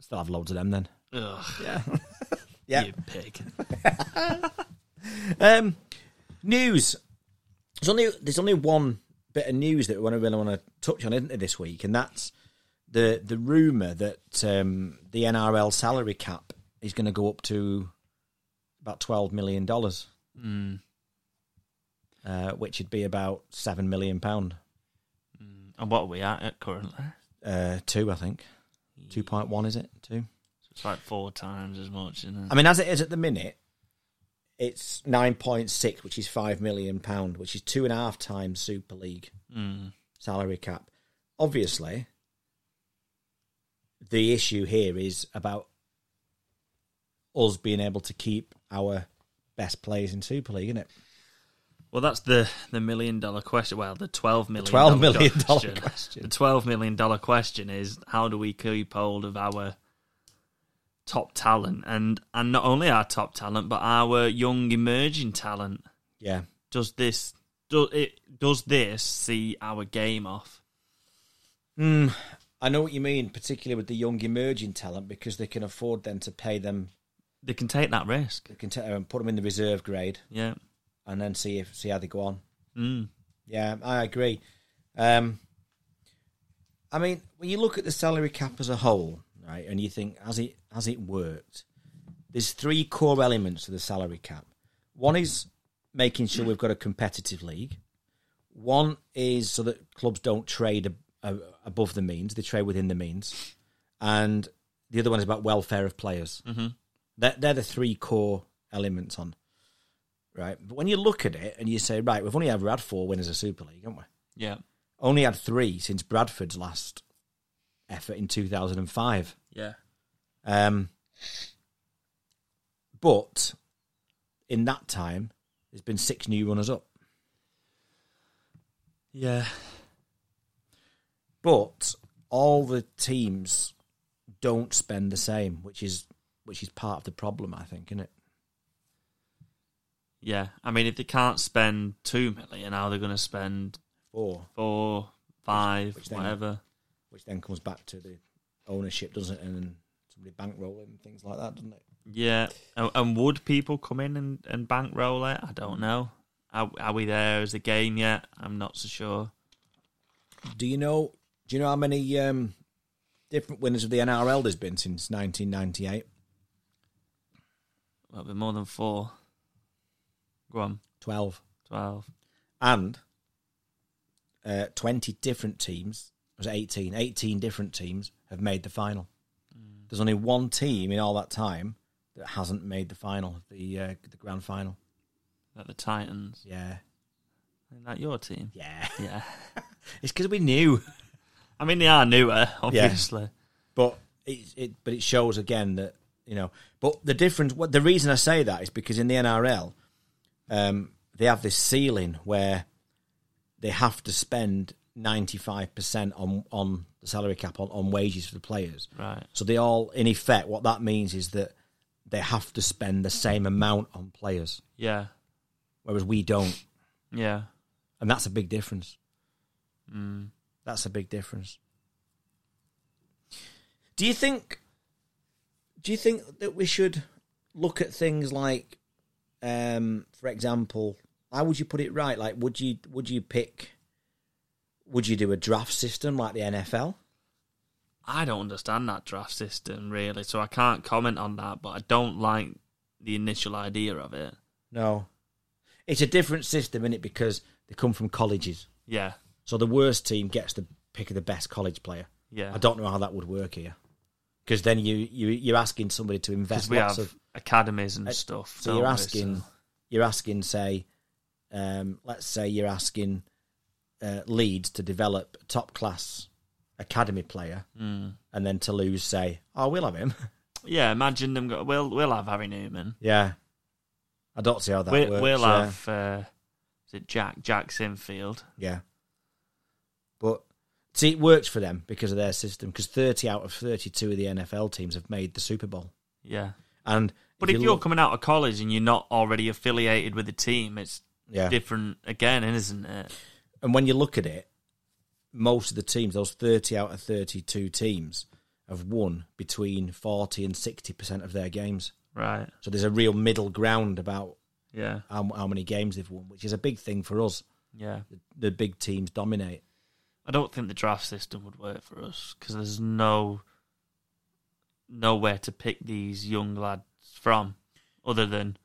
S2: Still have loads of them then.
S1: Ugh,
S2: Yeah. yeah.
S1: you pig.
S2: Um, news. There's only there's only one bit of news that we want to really want to touch on, isn't there, this week, and that's the the rumor that um, the NRL salary cap is going to go up to about twelve million dollars,
S1: Mm,
S2: uh, which would be about seven million pound.
S1: And what are we at it currently?
S2: Uh, two, I think. Two point one is it? Two.
S1: It's like four times as much, isn't
S2: I
S1: it?
S2: mean, as it is at the minute, it's nine point six, which is five million pound, which is two and a half times Super League.
S1: Mm,
S2: salary cap. Obviously, the issue here is about us being able to keep our best players in Super League, isn't it?
S1: Well, that's the, the million dollar question. Well, the twelve million
S2: $12 million
S1: question.
S2: question.
S1: The twelve million dollar question is how do we keep hold of our top talent and and not only our top talent but our young emerging talent.
S2: Yeah.
S1: Does this does it does this see our game off?
S2: Mm, I know what you mean, particularly with the young emerging talent, because they can afford then to pay them,
S1: They can take that risk.
S2: they can ta- uh, put them in the reserve grade,
S1: Yeah.
S2: and then see if see how they go on.
S1: Mm.
S2: Yeah, I agree. Um, I mean, when you look at the salary cap as a whole, right, and you think, has it has it worked? There's three core elements to the salary cap. One is making sure we've got a competitive league. One is so that clubs don't trade ab- ab- above the means; they trade within the means. And the other one is about welfare of players. Mm-hmm. They're, they're the three core elements on right? But when you look at it and you say, right, we've only ever had four winners of Super League, haven't we?
S1: Yeah.
S2: Only had three since Bradford's last effort in 2005.
S1: Yeah.
S2: Um, but in that time, there's been six new runners up.
S1: Yeah.
S2: But all the teams don't spend the same, which is which is part of the problem, I think, isn't it?
S1: Yeah. I mean if they can't spend two million, how are they gonna spend
S2: Or
S1: four, five,
S2: Which then-
S1: whatever?
S2: which then comes back to the ownership, doesn't it? And somebody bankrolling and things like that, doesn't it?
S1: Yeah, and, and would people come in and, and bankroll it? I don't know. Are, are we there as a game yet? I'm not so sure.
S2: Do you know? Do you know how many um, different winners of the NRL there's been since 1998?
S1: Well, it'll be more than four. Go on,
S2: Twelve,
S1: twelve.
S2: and uh, 20 different teams. It was 18. 18 different teams have made the final. There's only one team in all that time that hasn't made the final, the uh, the grand final.
S1: At the Titans,
S2: Yeah,
S1: isn't that your team?
S2: yeah.
S1: Yeah,
S2: It's because we knew,
S1: I mean they are newer, obviously.
S2: but it, it but it shows again that you know. But the difference, what the reason I say that is because in the NRL, um, they have this ceiling where they have to spend 95% on, on the salary cap on, on wages for the players.
S1: Right.
S2: So they all, in effect, what that means is that they have to spend the same amount on players,
S1: Yeah,
S2: whereas we don't.
S1: yeah.
S2: And that's a big difference.
S1: Mm.
S2: That's a big difference. Do you think? Do you think that we should look at things like, um, for example, how would you put it right? Like, would you would you pick? Would you do a draft system like the NFL?
S1: I don't understand that draft system really, so I can't comment on that. But I don't like the initial idea of it.
S2: No, it's a different system in it because they come from colleges.
S1: Yeah,
S2: So the worst team gets the pick of the best college player.
S1: yeah.
S2: I don't know how that would work here, because then you you you're asking somebody to
S1: because
S2: invest
S1: we
S2: lots
S1: have uh,
S2: of
S1: academies and
S2: Uh,
S1: stuff.
S2: So you're
S1: don't we?
S2: asking,
S1: So-
S2: you're asking, say, um, let's say you're asking uh, Leeds to develop a top class academy player
S1: Hmm.
S2: and then Toulouse say, oh, we'll have him.
S1: Yeah, imagine them. Go, we'll we'll have Harry Newman.
S2: yeah. I don't see how that
S1: We,
S2: works.
S1: we'll
S2: yeah.
S1: have uh, is it Jack Jack Sinfield?
S2: Yeah. But see, it worked for them because of their system. Because thirty out of thirty-two of the NFL teams have made the Super Bowl,
S1: Yeah,
S2: and
S1: but if, you're
S2: look-
S1: coming out of college and you're not already affiliated with a team, it's
S2: yeah,
S1: different again, isn't it?
S2: and when you look at it, most of the teams, those thirty out of thirty-two teams, have won between forty and sixty percent of their games.
S1: Right.
S2: So there's a real middle ground about
S1: Yeah.
S2: how, how many games they've won, which is a big thing for us.
S1: Yeah.
S2: The big teams dominate.
S1: I don't think the draft system would work for us because there's no nowhere to pick these young lads from, other than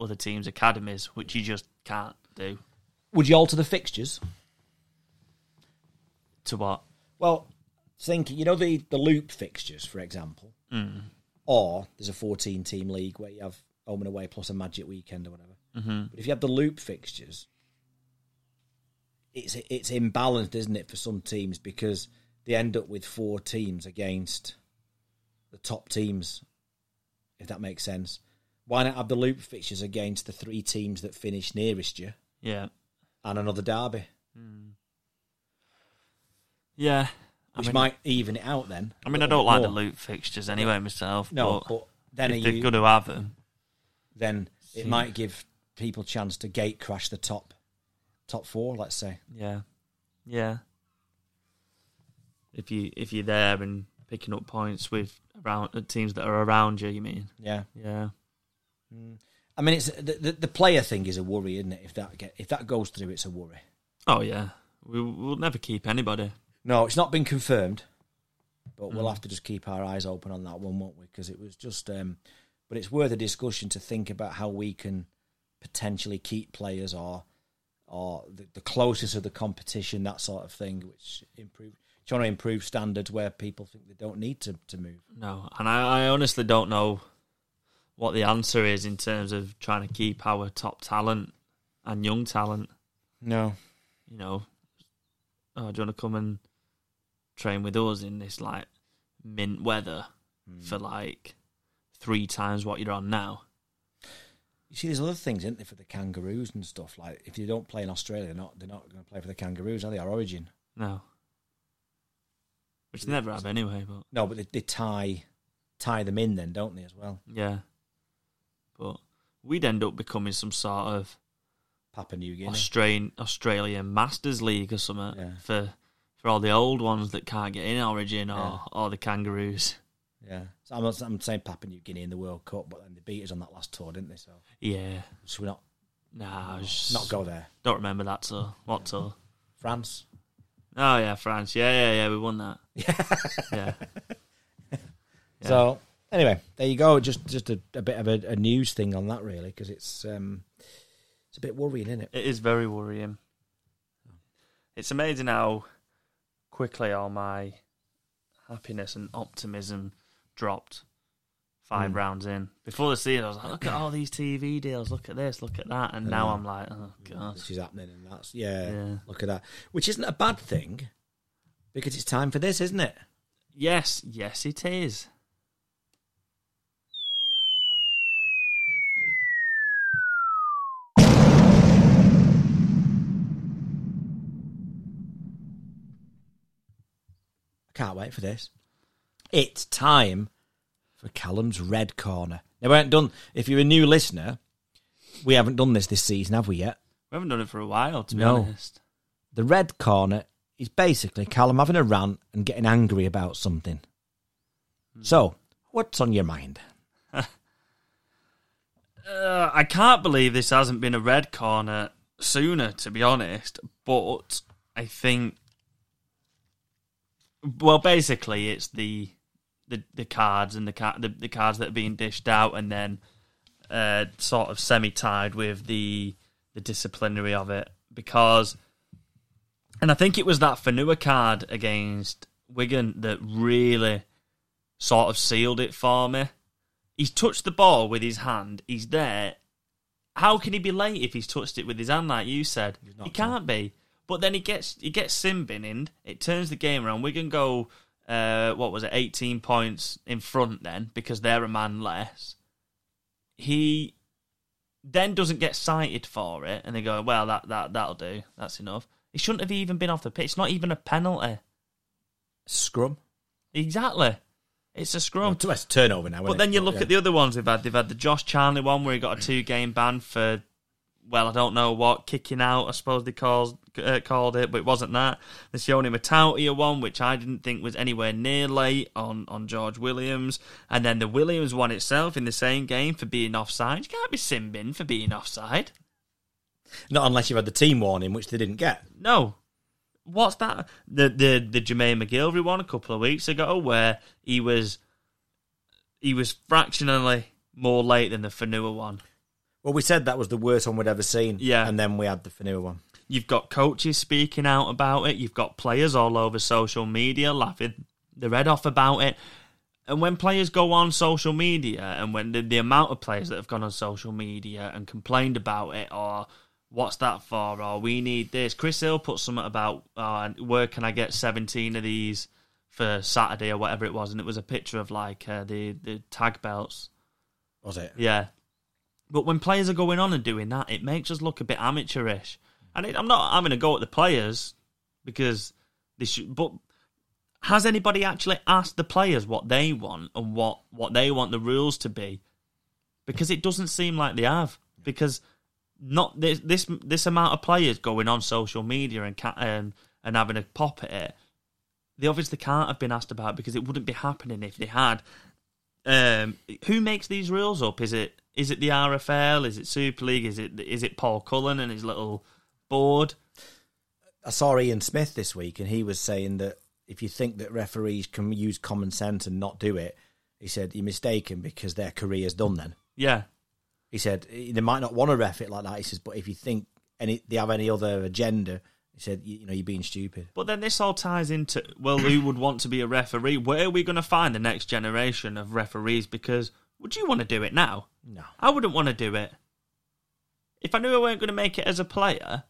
S1: other teams' academies, which you just can't do.
S2: Would you alter the fixtures?
S1: To what?
S2: Well, think you know the the loop fixtures, for example,
S1: Mm-hmm.
S2: or there's a 14 team league where you have home and away plus a magic weekend or whatever. Mm-hmm. But if you have the loop fixtures, it's it's imbalanced, isn't it, for some teams because they end up with four teams against the top teams, if that makes sense. Why not have the loop fixtures against the three teams that finish nearest you
S1: Yeah.
S2: and another derby,
S1: Yeah. I
S2: which
S1: mean,
S2: might even it out then.
S1: I mean, I
S2: a little
S1: don't like
S2: bit
S1: the
S2: more.
S1: loop fixtures anyway myself.
S2: No,
S1: but,
S2: but then are
S1: if they're
S2: you,
S1: going to have them,
S2: then it
S1: See.
S2: might give people chance to gate crash the top top four, let's say.
S1: yeah, yeah. If you if you're there and picking up points with around uh, teams that are around you, you mean?
S2: Yeah.
S1: Yeah,
S2: I mean it's the, the, the player thing is a worry, isn't it? If that get if that goes through it's a worry.
S1: Oh yeah, we will never keep anybody.
S2: No, it's not been confirmed. But we'll have to just keep our eyes open on that one, won't we? Because it was just um but it's worth a discussion to think about how we can potentially keep players or or the, the closest of the competition, that sort of thing, which improve trying to improve standards where people think they don't need to, to move.
S1: No, and I, I honestly don't know what the answer is in terms of trying to keep our top talent and young talent.
S2: No.
S1: You know, oh, do you want to come and train with us in this like mint weather
S2: Hmm.
S1: for like three times what you're on now?
S2: You see, there's other things, isn't there, for the kangaroos and stuff. Like if you don't play in Australia, they're not they're not going to play for the kangaroos, are they? Our origin?
S1: No, which they never have anyway. But
S2: No, but they, they tie tie them in then, don't they? As well,
S1: yeah, but we'd end up becoming some sort of
S2: Papua New Guinea.
S1: Australian Australian Masters League or something
S2: Yeah.
S1: for for all the old ones that can't get in Origin or,
S2: Yeah.
S1: or the Kangaroos.
S2: yeah, so I'm, not- I'm saying Papua New Guinea in the World Cup, but then they beat us on that last tour, didn't they? So
S1: Yeah,
S2: should we not
S1: nah, I just
S2: not go there?
S1: Don't remember that tour. What tour?
S2: France.
S1: Oh yeah, France. Yeah, yeah, yeah. We won that. Yeah, Yeah.
S2: So anyway, there you go. Just just a, a bit of a, a news thing on that really, because it's um it's a bit worrying, isn't it?
S1: it is very worrying. It's amazing how quickly all my happiness and optimism dropped five
S2: Mm.
S1: rounds in. Before the season, I was like, "Look at all these TV deals. Look at this. Look at that." And now I'm like, "Oh god."
S2: This is happening, and that's yeah.
S1: Yeah.
S2: Look at that, which isn't a bad thing, because it's time for this, isn't it?
S1: Yes, yes, it is.
S2: Can't wait for this. It's time for Callum's Red Corner. Now, we haven't done, if you're a new listener, we haven't done this this season, have we yet?
S1: We haven't done it for a while, to be
S2: No.
S1: honest.
S2: The Red Corner is basically Callum having a rant and getting angry about something. So, what's on your mind?
S1: Uh, I can't believe this hasn't been a red corner sooner, to be honest. But I think, well, basically, it's the the, the cards and the, car- the the cards that are being dished out, and then uh, sort of semi-tied with the the disciplinary of it because, and I think it was that Fanua card against Wigan that really sort of sealed it for me. He's touched the ball with his hand. He's there. How can he be late if he's touched it with his hand, like you said? He can't be. But then he gets he gets sin binned. It turns the game around. Wigan go uh, what was it, eighteen points in front then because they're a man less. He then doesn't get cited for it, and they go, "Well, that that that'll do. That's enough." He shouldn't have even been off the pitch. It's not even a penalty.
S2: Scrum.
S1: Exactly. It's a scrum.
S2: Well, that's turnover now.
S1: But
S2: innit?
S1: then you look
S2: yeah.
S1: at the other ones they've had. They've had the Josh Charnley one where he got a two game ban for, well, I don't know what, kicking out, I suppose they called, uh, called it, but it wasn't that. The Sione Matautia one, which I didn't think was anywhere near late on, on George Williams. And then the Williams one itself in the same game for being offside. You can't be Simbin for being offside.
S2: Not unless you've had the team warning, which they didn't get.
S1: No. What's that? The the the Jermaine McGilvery one a couple of weeks ago where he was he was fractionally more late than the Fanua one.
S2: Well, we said that was the worst one we'd ever seen.
S1: Yeah.
S2: And then we had the Fanua one.
S1: You've got coaches speaking out about it. You've got players all over social media laughing their head off about it. And when players go on social media, and when the, the amount of players that have gone on social media and complained about it, or what's that for, or we need this. Chris Hill put something about uh, where can I get 17 of these for Saturday or whatever it was, and it was a picture of like uh, the, the tag belts.
S2: Was it?
S1: Yeah. But when players are going on and doing that, it makes us look a bit amateurish. And it, I'm not having a go at the players because they should. But has anybody actually asked the players what they want and what, what they want the rules to be? Because it doesn't seem like they have. Because not this this this amount of players going on social media and ca- um, and having a pop at it, they obviously can't have been asked about it because it wouldn't be happening if they had um, who makes these rules up? Is it is it the RFL? Is it Super League? Is it is it Paul Cullen and his little board?
S2: I saw Ian Smith this week, and he was saying that if you think that referees can use common sense and not do it, he said you're mistaken because their career's done. Then
S1: Yeah,
S2: he said they might not want to ref it like that. He says, but if you think any they have any other agenda, he said you, you know you're being stupid.
S1: but then this all ties into well, who would want to be a referee? Where are we going to find the next generation of referees? Because would you want to do it now?
S2: No,
S1: I wouldn't want to do it. If I knew I weren't going to make it as a player,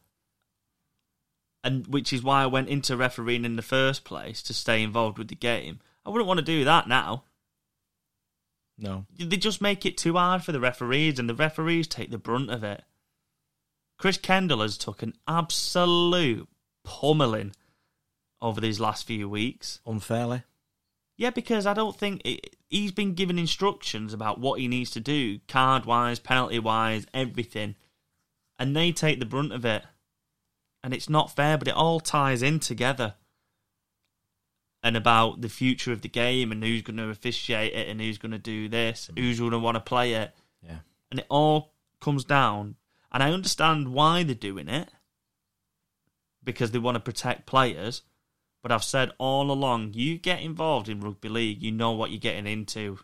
S1: and which is why I went into refereeing in the first place to stay involved with the game, I wouldn't want to do that now.
S2: no.
S1: they just make it too hard for the referees, and the referees take the brunt of it. Chris Kendall has took an absolute pummeling over these last few weeks.
S2: Unfairly,
S1: Yeah, because I don't think it, he's been given instructions about what he needs to do, card wise, penalty wise, everything, and they take the brunt of it. And it's not fair, but it all ties in together. And about the future of the game and who's going to officiate it and who's going to do this, who's going to want to play it
S2: yeah.
S1: and it all comes down. And I understand why they're doing it because they want to protect players. But I've said all along, you get involved in rugby league, you know what you're getting into.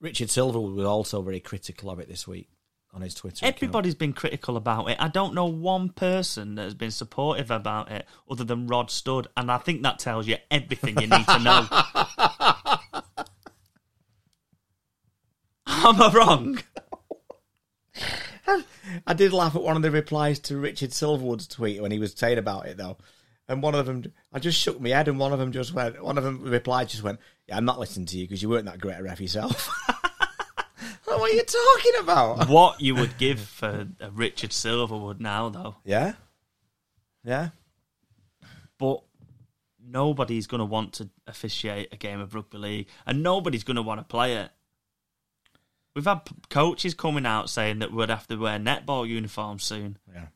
S2: Richard Silver was also very critical of it this week on his Twitter. account.
S1: Everybody's been critical about it. I don't know one person that has been supportive about it other than Rod Stud, and I think that tells you everything you need to know. Am I wrong?
S2: I did laugh at one of the replies to Richard Silverwood's tweet when he was saying about it though. And one of them, I just shook my head, and one of them just went, one of them replied, just went, "Yeah, I'm not listening to you because you weren't that great a ref yourself." what are you talking about?
S1: What you would give for a Richard Silverwood now, though.
S2: Yeah, yeah.
S1: but nobody's going to want to officiate a game of rugby league and nobody's going to want to play it. We've had p- coaches coming out saying that we'd have to wear netball uniforms soon.
S2: Yeah.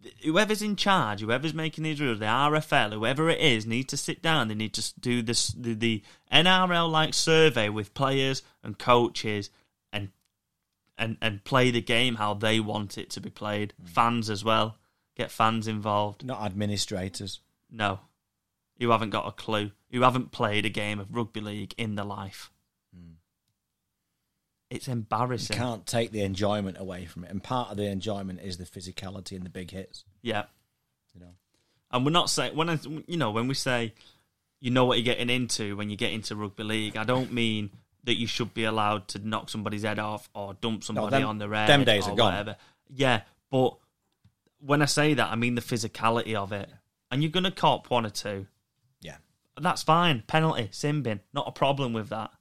S1: Th- Whoever's in charge, whoever's making these rules, the RFL, whoever it is, needs to sit down. They need to s- do this, the, the NRL like survey with players and coaches and, and and play the game how they want it to be played. Fans as well. Get fans involved.
S2: Not administrators.
S1: No. Who haven't got a clue. Who haven't played a game of rugby league in their life. It's
S2: Hmm. You
S1: embarrassing.
S2: can't take the enjoyment away from it, and part of the enjoyment is the physicality and the big hits.
S1: Yeah.
S2: You know.
S1: And we're not saying when I, you know when we say you know what you're getting into when you get into rugby league. I don't mean that you should be allowed to knock somebody's head off or dump somebody
S2: them-
S1: on the head.
S2: them days
S1: or
S2: are gone.
S1: Whatever. Yeah, but when I say that, I mean the physicality of it. And you're going to cop one or two.
S2: Yeah.
S1: That's fine. Penalty, sin bin, not a problem with that.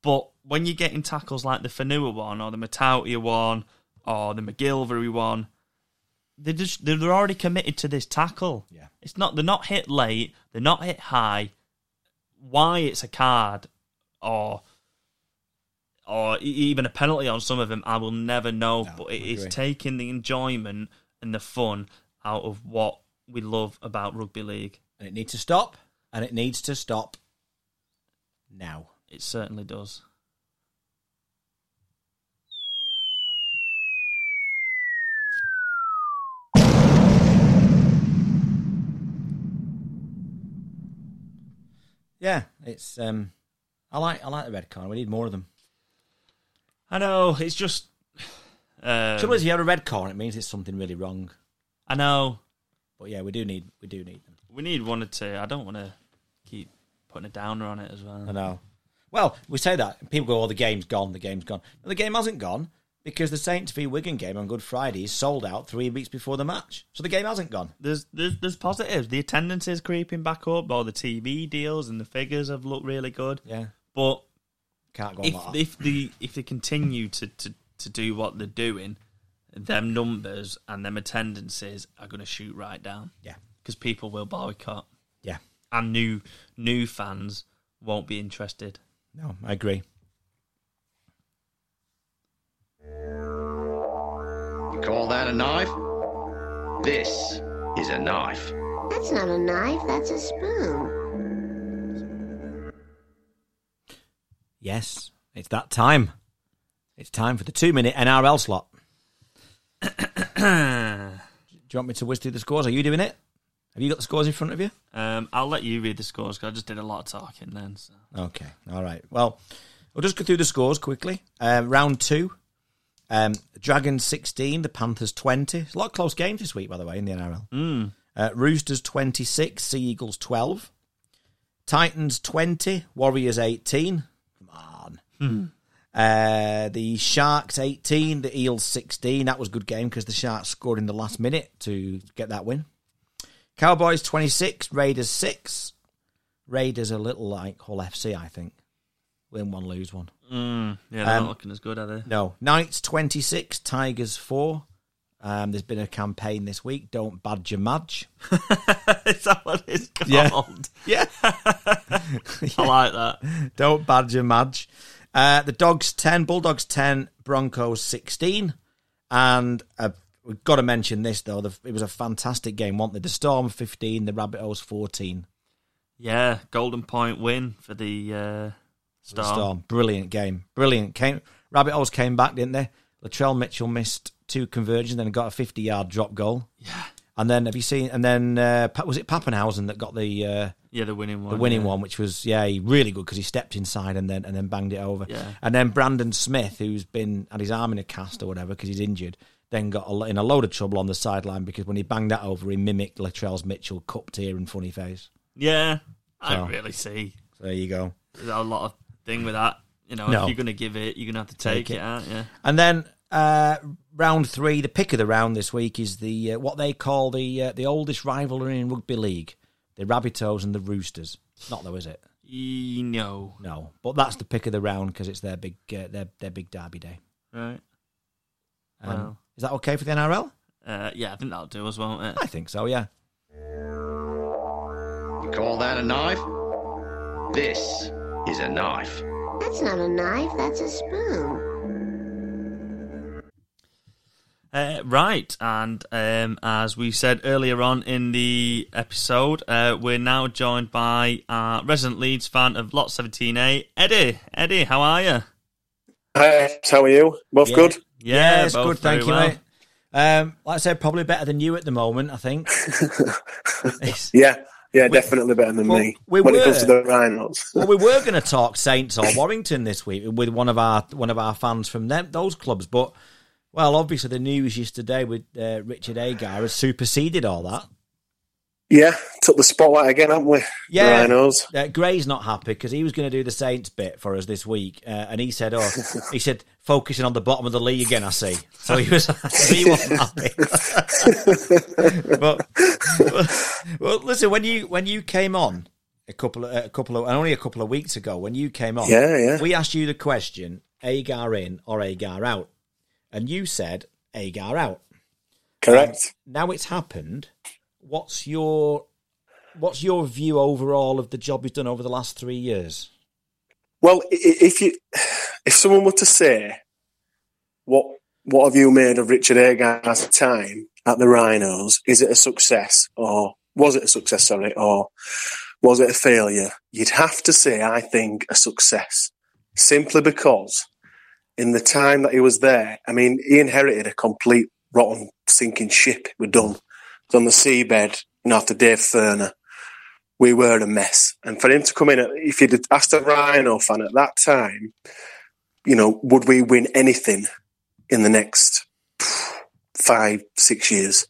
S1: But when you're getting tackles like the Fanua one or the Matautia one or the McGilvery one, they just they're already committed to this tackle.
S2: Yeah.
S1: It's not they're not hit late, they're not hit high. Why it's a card or or e- even a penalty on some of them, I will never know.
S2: No,
S1: but
S2: I
S1: it is
S2: agree.
S1: taking the enjoyment and the fun out of what we love about rugby league.
S2: And it needs to stop, and it needs to stop now.
S1: It certainly does.
S2: Yeah, it's. um I like I like the red card. We need more of them.
S1: I know it's just. Uh,
S2: Trouble is, if you have a red card, it means it's something really wrong.
S1: I know
S2: But yeah, we do need we do need them.
S1: we need one or two. I don't want to keep putting a downer on it as
S2: I
S1: well.
S2: know. Well, we say that and people go, "Oh, the game's gone. The game's gone." No, the game hasn't gone because the Saints v Wigan game on Good Friday is sold out three weeks before the match, so the game hasn't gone.
S1: There's, there's there's positives. The attendance is creeping back up. All the TV deals and the figures have looked really good.
S2: Yeah,
S1: But
S2: can't go on
S1: if
S2: like that.
S1: if the if they continue to, to, to do what they're doing, them numbers and them attendances are going to shoot right down
S2: Yeah,
S1: because people will boycott
S2: yeah.
S1: and new new fans won't be interested.
S2: No, I agree.
S5: You call that a knife? This is a knife.
S6: That's not a knife, that's a spoon.
S2: Yes, it's that time. It's time for the two-minute NRL slot. do you want me to whiz through the scores? Are you doing it? Have you got the scores in front of you?
S1: Um, I'll let you read the scores because I just did a lot of talking then. So.
S2: Okay. All right. Well, we'll just go through the scores quickly. Uh, round two, um, Dragons 16, the Panthers 20. It's a lot of close games this week, by the way, in the NRL. Uh, Roosters 26, Sea Eagles 12. Titans 20, Warriors 18. Come on. Uh, the Sharks 18, the Eels 16. That was a good game because the Sharks scored in the last minute to get that win. Cowboys 26, Raiders 6. Raiders are a little like Hull FC, I think. Win one, lose one.
S1: Yeah, they're
S2: Um,
S1: not looking as good, are they?
S2: No. Knights 26, Tigers 4. Um, there's been a campaign this week. Don't badger Madge.
S1: Is that what it's called?
S2: Yeah. Yeah.
S1: I like that.
S2: Don't badger Madge. Uh, the Dogs 10, Bulldogs 10, Broncos 16. And uh, we've got to mention this, though. The, it was a fantastic game, wasn't it? The Storm 15, the Rabbit Holes 14.
S1: Yeah, golden point win for the uh,
S2: The
S1: Storm.
S2: Storm. Brilliant game. Brilliant. Came, Rabbit Holes came back, didn't they? Latrell Mitchell missed two conversions, then got a 50 yard drop goal. Yeah. And then, have you seen? And then, uh, Pa- was it Pappenhausen that got the. Uh,
S1: Yeah, the winning one.
S2: the winning
S1: yeah.
S2: one, which was yeah, he really good because he stepped inside and then and then banged it over.
S1: Yeah.
S2: And then Brandon Smith, who's been had his arm in a cast or whatever because he's injured, then got a, lo- in a load of trouble on the sideline because when he banged that over, he mimicked Latrell's Mitchell cupped ear and funny face.
S1: Yeah, I
S2: So-
S1: really see.
S2: So there you go.
S1: There's a lot of thing with that. You know,
S2: No.
S1: if you're going to give it, you're going to have to take,
S2: Take
S1: it,
S2: it.
S1: aren't you?
S2: And then uh, round three, the pick of the round this week is the uh, what they call the uh, the oldest rivalry in rugby league, the Rabbitohs and the Roosters. Not though, is it?
S1: You know,
S2: No, but that's the pick of the round because it's their big uh, their their big derby day.
S1: right?
S2: Um,
S1: Wow.
S2: Is that okay for the NRL?
S1: Uh, yeah, I think that'll do us, won't it?
S2: I think so, yeah.
S5: You call that a knife? This is a knife.
S6: That's not a knife, that's a spoon.
S1: Uh, right, and um, as we said earlier on in the episode, uh, we're now joined by our resident Leeds fan of Lot 17A, Eddie. Eddie, how are you?
S7: Hi, how are you? Both
S2: Yeah.
S7: good?
S1: Yeah,
S2: it's
S1: both
S2: good,
S1: very
S2: thank you,
S1: well.
S2: mate. Um, like I said, probably better than you at the moment, I think. It's-
S7: Yeah, yeah, definitely better than
S2: well,
S7: me
S2: we
S7: when
S2: were.
S7: it comes to the Rhinos.
S2: well, we were going to talk Saints or Warrington this week with one of our one of our fans from them, those clubs, but well, obviously the news yesterday with uh, Richard Agar has superseded all that.
S7: yeah, took the spotlight again, haven't we?
S2: Yeah.
S7: The Rhinos.
S2: Uh, Gray's not happy because he was going to do the Saints bit for us this week, uh, and he said, "Oh, he said focusing on the bottom of the league again. I see. So he was, so he wasn't happy. but, but- well, listen, when you when you came on a couple of a couple of only a couple of weeks ago, when you came on,
S7: Yeah, yeah.
S2: we asked you the question: Agar in or Agar out, and you said Agar out.
S7: Correct.
S2: Now it's happened. What's your what's your view overall of the job he's done over the last three years?
S7: Well, i- i- if you, if someone were to say, "What what have you made of Richard Agar's time at the Rhinos? Is it a success, or was it a success? Sorry, or was it a failure?" You'd have to say, I think, a success, simply because in the time that he was there, I mean, he inherited a complete rotten, sinking ship. We're done. It's on the seabed. You know, after Dave Ferner, we were a mess. And for him to come in, at- if you'd asked a Rhino fan at that time, you know, would we win anything in the next five, six years?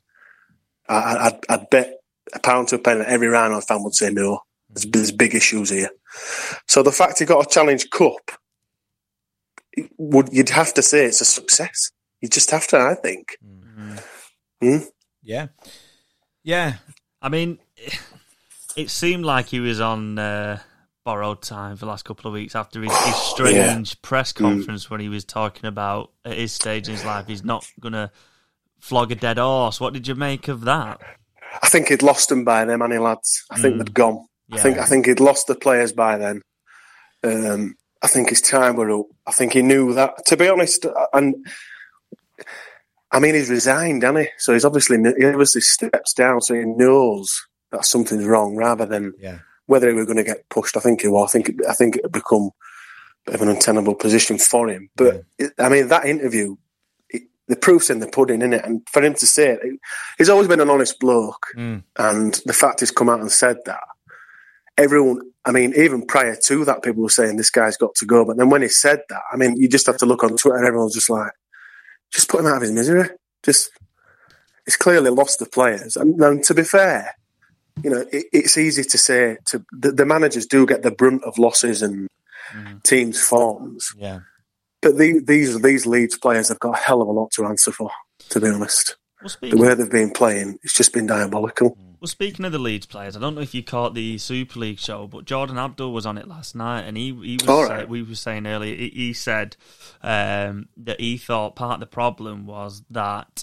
S7: I, I- I'd, I'd bet a pound to a penny that every Rhino fan would say no. There's, there's big issues here. So the fact he got a Challenge Cup, it would you'd have to say it's a success. You just have to, I think.
S2: Yeah, yeah.
S1: I mean, it seemed like he was on uh, borrowed time for the last couple of weeks after his, his strange press
S2: Mm.
S1: conference when he was talking about at his stage in his life, he's not going to flog a dead horse. What did you make of that?
S7: I think he'd lost them by then, any lads. I think
S1: Mm.
S7: they'd gone. I
S1: Yeah.
S7: think I think he'd lost the players by then. Um, I think his time were up. I think he knew that. To be honest, and I mean he's resigned, hasn't he? So he's obviously he obviously steps down, so he knows that something's wrong. Rather than
S2: Yeah.
S7: whether he were going to get pushed, I think he will. I think I think it become a bit of an untenable position for him. But it, I mean that interview, it, the proof's in the pudding, isn't it? And for him to say it, he's always been an honest bloke.
S2: Mm.
S7: And the fact he's come out and said that, everyone, I mean, even prior to that, people were saying this guy's got to go. But then when he said that, I mean, you just have to look on Twitter, everyone's just like, just put him out of his misery. Just, he's clearly lost the players. And, and to be fair, you know, it, it's easy to say to the, the managers do get the brunt of losses and teams' forms,
S2: Yeah.
S7: but the, these these Leeds players have got a hell of a lot to answer for. To be honest,
S1: Well,
S7: the
S1: speaking,
S7: way they've been playing, it's just been diabolical.
S1: well, speaking of the Leeds players, I don't know if you caught the Super League show, but Jordan Abdul was on it last night, and he he was
S7: All
S1: say-
S7: right.
S1: we were saying earlier he, he said um, that he thought part of the problem was that.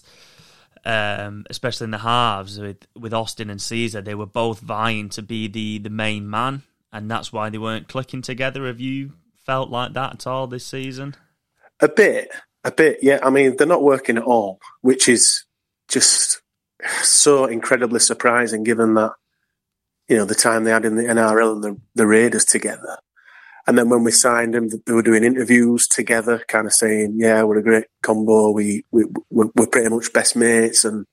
S1: Um, especially in the halves with, with Austin and Caesar, they were both vying to be the, the main man, and that's why they weren't clicking together. Have you felt like that at all this season?
S7: A bit, a bit, yeah. I mean, they're not working at all, which is just so incredibly surprising given that, you know, the time they had in the NRL and the, the Raiders together. And then when we signed them, they were doing interviews together, kind of saying, yeah, we're a great combo. We, we, we're, we're pretty much best mates and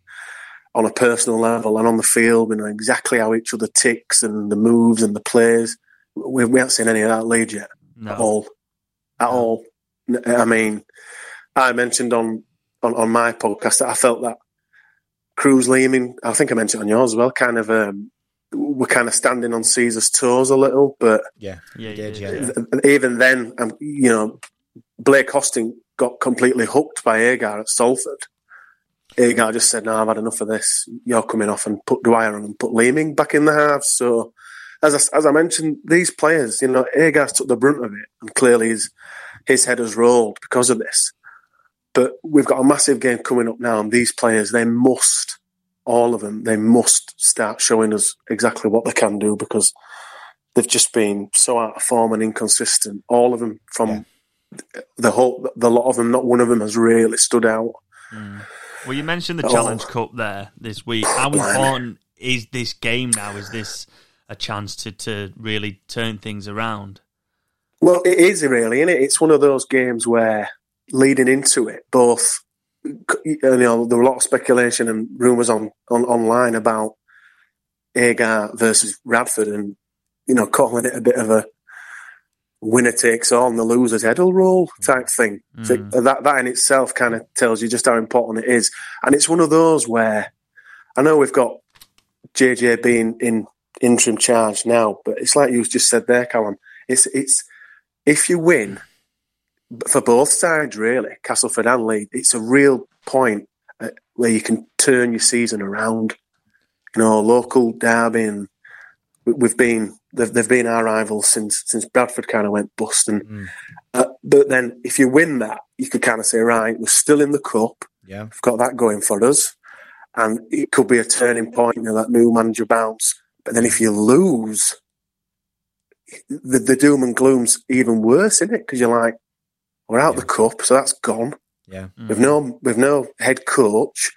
S7: on a personal level and on the field, we know exactly how each other ticks and the moves and the plays. We, we haven't seen any of that lead yet
S1: No.
S7: at all, at all. N- I mean, I mentioned on, on on my podcast that I felt that Cruz Lehman. I think I mentioned it on yours as well. Kind of, um, we're kind of standing on Caesar's toes a little, but
S2: Yeah.
S1: Yeah, you
S2: He did,
S1: did,
S2: yeah.
S1: yeah.
S7: th- even then, um, you know, Blake Hosting got completely hooked by Agar at Salford. Agar just said, "No, I've had enough of this. You're coming off," and put Dwyer on and put Leeming back in the half. So, as I, as I mentioned, these players, you know, Agar's took the brunt of it, and clearly his his head has rolled because of this. But we've got a massive game coming up now, and these players, they must, all of them, they must start showing us exactly what they can do because they've just been so out of form and inconsistent. All of them from
S2: Yeah.
S7: the whole, the lot of them, not one of them has really stood out.
S1: Mm. Well, you mentioned the
S7: Oh.
S1: Challenge Cup there this week. How
S7: Blimey.
S1: important is this game now? Is this a chance to, to really turn things around?
S7: Well, it is really, isn't it? It's one of those games where leading into it, both you know, there were a lot of speculation and rumours on, on online about Agar versus Radford, and you know, calling it a bit of a winner takes all and the loser's head'll roll type thing. So uh, that that in itself kind of tells you just how important it is, and it's one of those where I know we've got JJ being in interim charge now, but it's like you just said there, Callum. It's it's if you win, for both sides, really, Castleford and Leeds, it's a real point uh, where you can turn your season around. You know, local derby, and we- we've been they've, they've been our rivals since since Bradford kind of went bust. And uh, but then if you win that, you could kind of say, right, we're still in the cup.
S2: Yeah.
S7: We've got that going for us, and it could be a turning point. You know, that new manager bounce. But then if you lose, the, the doom and gloom's even worse, isn't it? Because you're like, we're out the cup, so that's gone.
S2: Yeah.
S7: We've no we've no head coach.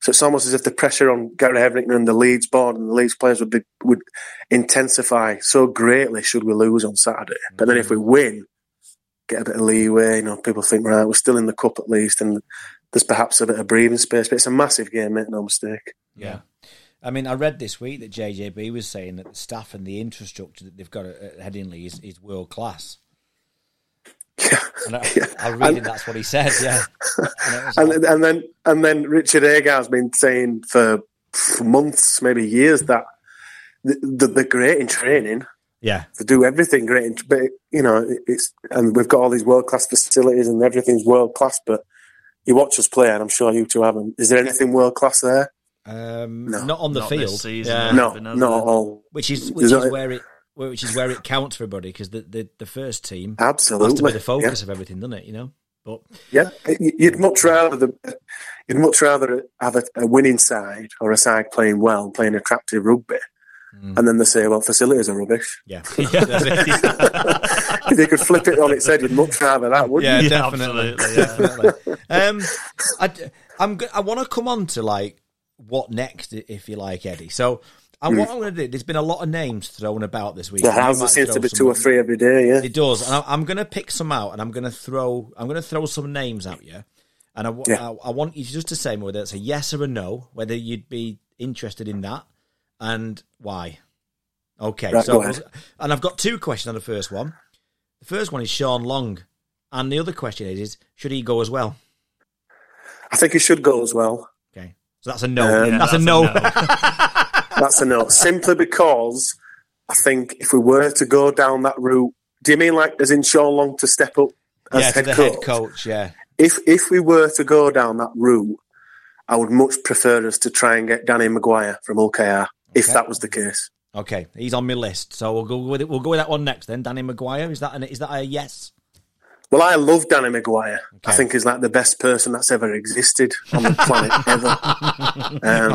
S7: So it's almost as if the pressure on Gary Everington and the Leeds board and the Leeds players would be would intensify so greatly should we lose on Saturday. But then if we win, get a bit of leeway, you know, people think right, we're still in the cup at least and there's perhaps a bit of breathing space, but it's a massive game, make no mistake.
S2: Yeah. I mean, I read this week that JJB was saying that the staff and the infrastructure that they've got at at Headingley is, is world class.
S7: Yeah.
S2: And I,
S7: Yeah.
S2: I read it,
S7: And-
S2: that's what he said, yeah. And it was
S7: And
S2: like,
S7: then- and then and then Richard Agar's been saying for months, maybe years, that th- th- they're great in training.
S2: yeah,
S7: they do everything great, and- but you know it- it's and we've got all these world class facilities and everything's world class. But you watch us play, and I'm sure you two haven't. Is there anything world class there?
S2: um,
S7: No.
S2: not on the
S1: Not this
S2: field,
S1: season,
S2: Yeah.
S1: no.
S7: no,
S1: been
S7: not
S1: over
S7: at
S1: there.
S7: all.
S2: which is which is
S7: There's not-
S2: where it which is where it counts for everybody because the, the the first team
S7: Absolutely,
S2: has to be the
S7: Yeah.
S2: focus of everything, doesn't it? You know, but
S7: Yeah, You- you'd much rather the, you'd much rather have a, a winning side or a side playing well, playing attractive rugby,
S2: Hmm.
S7: and then they say, "Well, facilities are rubbish."
S2: yeah, yeah, that's it.
S7: if you could flip it on its head, you'd much rather that, wouldn't
S2: yeah,
S7: you?
S2: definitely.
S1: absolutely, yeah.
S2: definitely. Um, I, I'm go- I want to come on to like what next, i- if you like, Eddie. So,
S7: Hmm.
S2: and what I'm going to do, there's been a lot of names thrown about this week.
S7: The
S2: You
S7: house
S2: might
S7: seems
S2: throw
S7: to be
S2: some
S7: two or
S2: out.
S7: three every day. Yeah,
S2: It does, and I, I'm going to pick some out, and I'm going to throw, I'm going to throw some names at you, and I, wa-
S7: Yeah.
S2: I, I want you just to say whether it's a yes or a no, whether you'd be interested in that, and why. Okay,
S7: Right,
S2: so
S7: go ahead.
S2: and I've got two questions on the first one. The first one is Sean Long, and the other question is, is should he go as well?
S7: I think it should go as well.
S2: Okay, so that's a no.
S7: Um,
S2: that's, a
S1: that's a
S2: no.
S1: no.
S7: That's a no. Simply because I think if we were to go down that route, do you mean like as in Sean Long to step up as
S2: yeah, to
S7: head,
S2: the
S7: coach?
S2: head coach. Yeah,
S7: If if we were to go down that route, I would much prefer us to try and get Danny Maguire from OKR if
S2: Okay.
S7: that was the case.
S2: okay, he's on my list, so we'll go with it. We'll go with that one next. Then Danny Maguire is that an, is that a yes?
S7: Well, I love Danny Maguire. I
S2: Okay.
S7: think he's like the best person that's ever existed on the planet ever. Um,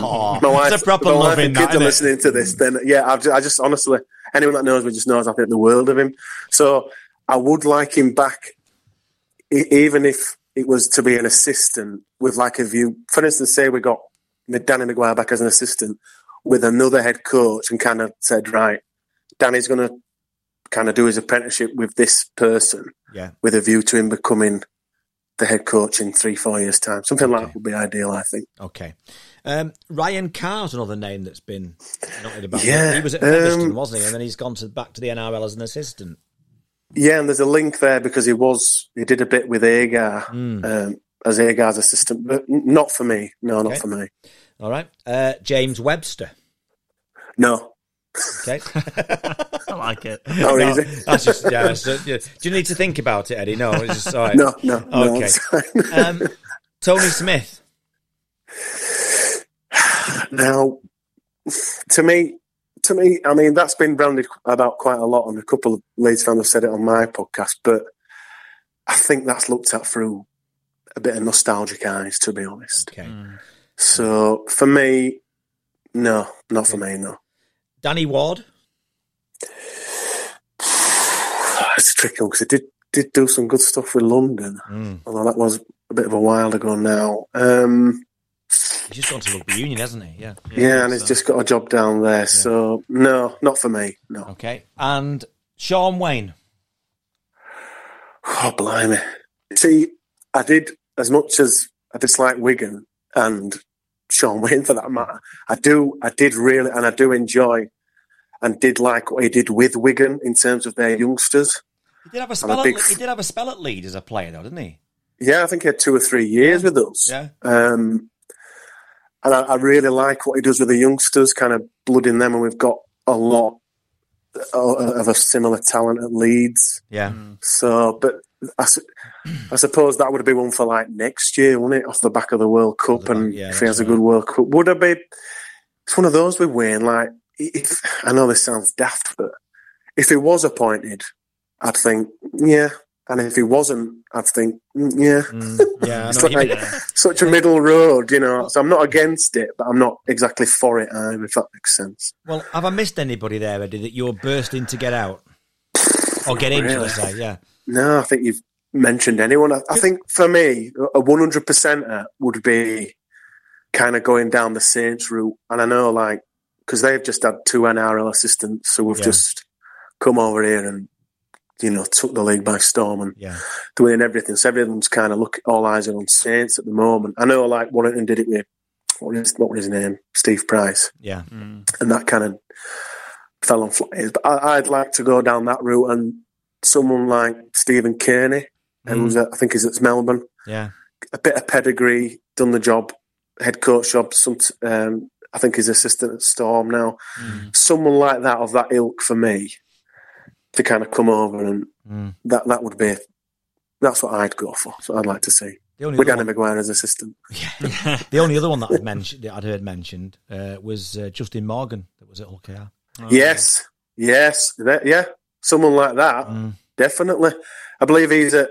S2: Aw,
S7: my wife,
S2: it's a proper
S7: my wife
S2: love in
S7: and kids
S2: that,
S7: are
S2: innit?
S7: listening to this. Then yeah, I've just, I just honestly, anyone that knows me just knows I think the world of him. So I would like him back, e- even if it was to be an assistant with like a view. For instance, say we got Danny Maguire back as an assistant with another head coach and kind of said, right, Danny's going to kind of do his apprenticeship with this person
S2: Yeah.
S7: with a view to him becoming the head coach in three, four years' time. Something like that would be ideal, I think.
S2: Okay. Um, Ryan Carr's another name that's been noted about.
S7: Yeah,
S2: He was at
S7: um,
S2: Featherstone, wasn't he? And then he's gone to back to the NRL as an assistant.
S7: Yeah, and there's a link there because he was he did a bit with Agar
S2: Hmm.
S7: um, as Agar's assistant, but n- not for me. No,
S2: Okay.
S7: not for me.
S2: All right. Uh, James Webster.
S7: No.
S2: Okay.
S1: I like it.
S7: Oh,
S2: No,
S7: is it?
S2: that's just, yeah, so, yeah. Do you need to think about it, Eddie? No, it's just all right.
S7: No, no, no.
S2: Okay.
S7: I'm sorry.
S2: Um, Tony Smith.
S7: now, to me, to me, I mean that's been branded about quite a lot, and a couple of Leeds fans have said it on my podcast. But I think that's looked at through a bit of nostalgic eyes, to be honest.
S2: Okay.
S7: So for me, no, not for me, no.
S2: Danny Ward.
S7: It's a tricky one because it did did do some good stuff with London,
S2: Mm.
S7: although that was a bit of a while ago now. Um,
S2: He's just gone to rugby union, hasn't he? Yeah.
S7: yeah, and he's just got a job down there. So no, not for me. No.
S2: Okay. And Sean Wayne.
S7: Oh blimey! See, I did as much as I dislike Wigan and Sean Wayne for that matter. I do, I did really, and I do enjoy and did like what he did with Wigan in terms of their youngsters.
S2: He did have a spell. At,
S7: big
S2: Le-
S7: f-
S2: he did have a spell at lead as a player, though, didn't he?
S7: Yeah, I think he had two or three years with us.
S2: Yeah.
S7: Um, and I, I really like what he does with the youngsters, kind of blooding them, and we've got a lot of a similar talent at Leeds.
S2: Yeah.
S7: So, but I, su- I suppose that would be one for like next year, wouldn't it? Off the back of the World Cup,
S2: the
S7: and
S2: back, yeah, that's
S7: if he has a
S2: right.
S7: good World Cup, would I be? It's one of those with Wayne. Like, if I know this sounds daft, but if he was appointed, I'd think yeah, and if he wasn't, I'd think mm, yeah.
S2: Mm, yeah, I know
S7: It's
S2: what you
S7: like-
S2: mean.
S7: Such a middle road, you know. So I'm not against it, but I'm not exactly for it either. If that makes sense.
S2: Well, have I missed anybody there, Eddie, that you're bursting to get out? Or get in, should I say, yeah.
S7: No, I think you've mentioned anyone. I, I think for me, a 100 percenter would be kind of going down the Saints route. And I know, like, because they've just had two NRL assistants who have
S2: Yeah.
S7: just come over here and, you know, took the league by storm and
S2: Yeah.
S7: doing everything. So everyone's kind of look all eyes are on Saints at the moment. I know, like, Warrington did it with, what is, what was his name? Steve Price
S2: Yeah.
S1: Mm.
S7: and that kind of fell on flat ears. But I, I'd like to go down that route and someone like Stephen Kearney, who's
S2: Mm.
S7: at, I think is at Melbourne,
S2: Yeah.
S7: a bit of pedigree, done the job, head coach job. Some, um, I think he's assistant at Storm now.
S1: Mm.
S7: Someone like that of that ilk for me to kind of come over and
S2: Mm.
S7: that that would be. That's what I'd go for. That's what I'd like to see.
S2: The only,
S7: With
S2: other
S7: Danny
S2: one,
S7: Maguire as assistant.
S2: the only other one that I'd mentioned, that I'd heard mentioned, uh, was uh, Justin Morgan that was at Hull KR.
S7: Yes, yes, that, yeah. Someone like that.
S2: Mm.
S7: Definitely. I believe he's at,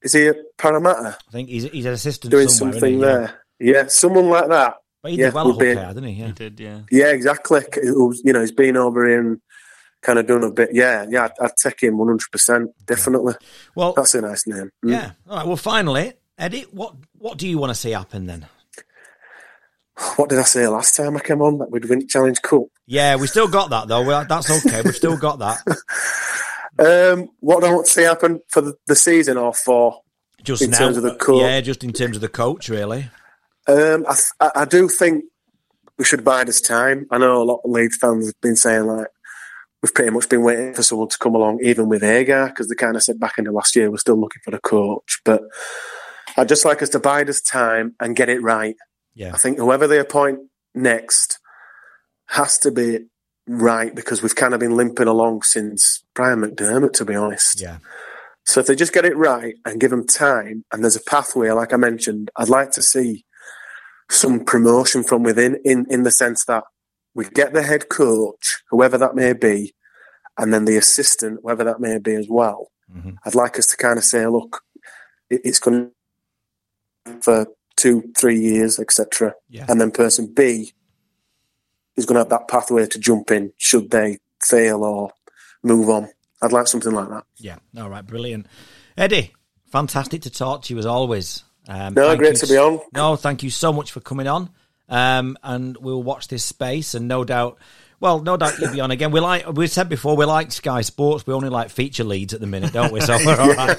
S7: is he at Parramatta
S2: I think he's he's an assistant
S7: doing
S2: somewhere, isn't
S7: something
S2: he? Yeah.
S7: there? Yeah. someone like that.
S2: But he
S7: Yeah,
S2: did well at
S7: would be- Mm.
S2: Hull KR, didn't he? Yeah.
S1: He did, yeah.
S7: Yeah, exactly. C- who's- You know, he's been over here and kind of done a bit. Yeah, yeah, I'd, I'd take him 100%. Definitely.
S2: Well,
S7: That's a nice name. Mm.
S2: Oh. yeah. All right. Well, finally, Eddie, what what do you want to see happen then?
S7: What did I say last time I came on that we'd win Challenge Cup?
S2: Yeah, we still got that though. Well, that's okay. We've still got that.
S7: Um, what do I want to see happen for the, the season or for?
S2: Just
S7: In
S2: now,
S7: terms of the coach.
S2: yeah, just in terms of the coach, really.
S7: Um, I, th- I, I do think we should bide us time. I know a lot of Leeds fans have been saying like we've pretty much been waiting for someone to come along, even with Agar, because they kind of said back in the last year we're still looking for a coach. But I'd just like us to bide us time and get it right.
S2: Yeah.
S7: I think whoever they appoint next has to be right because we've kind of been limping along since Brian McDermott, to be honest.
S2: Yeah.
S7: So if they just get it right and give them time, and there's a pathway, like I mentioned, I'd like to see some promotion from within, in in the sense that we get the head coach, whoever that may be, and then the assistant, whoever that may be as well.
S2: Mhm.
S7: I'd like us to kind of say, look, it, it's going for two, three years, etc.
S2: Yeah.
S7: And then person B is going to have that pathway to jump in should they fail or move on. I'd like something like that.
S2: Yeah. All right. Brilliant. Eddie, fantastic to talk to you as always. Um,
S7: No,
S2: thank
S7: great
S2: you
S7: to be
S2: s-
S7: on.
S2: No, thank you so much for coming on. Um, and we'll watch this space, and no doubt, well, no doubt you'll be on again. We like we said before, we like Sky Sports. We only like feature leads at the minute, don't we? So we're all right.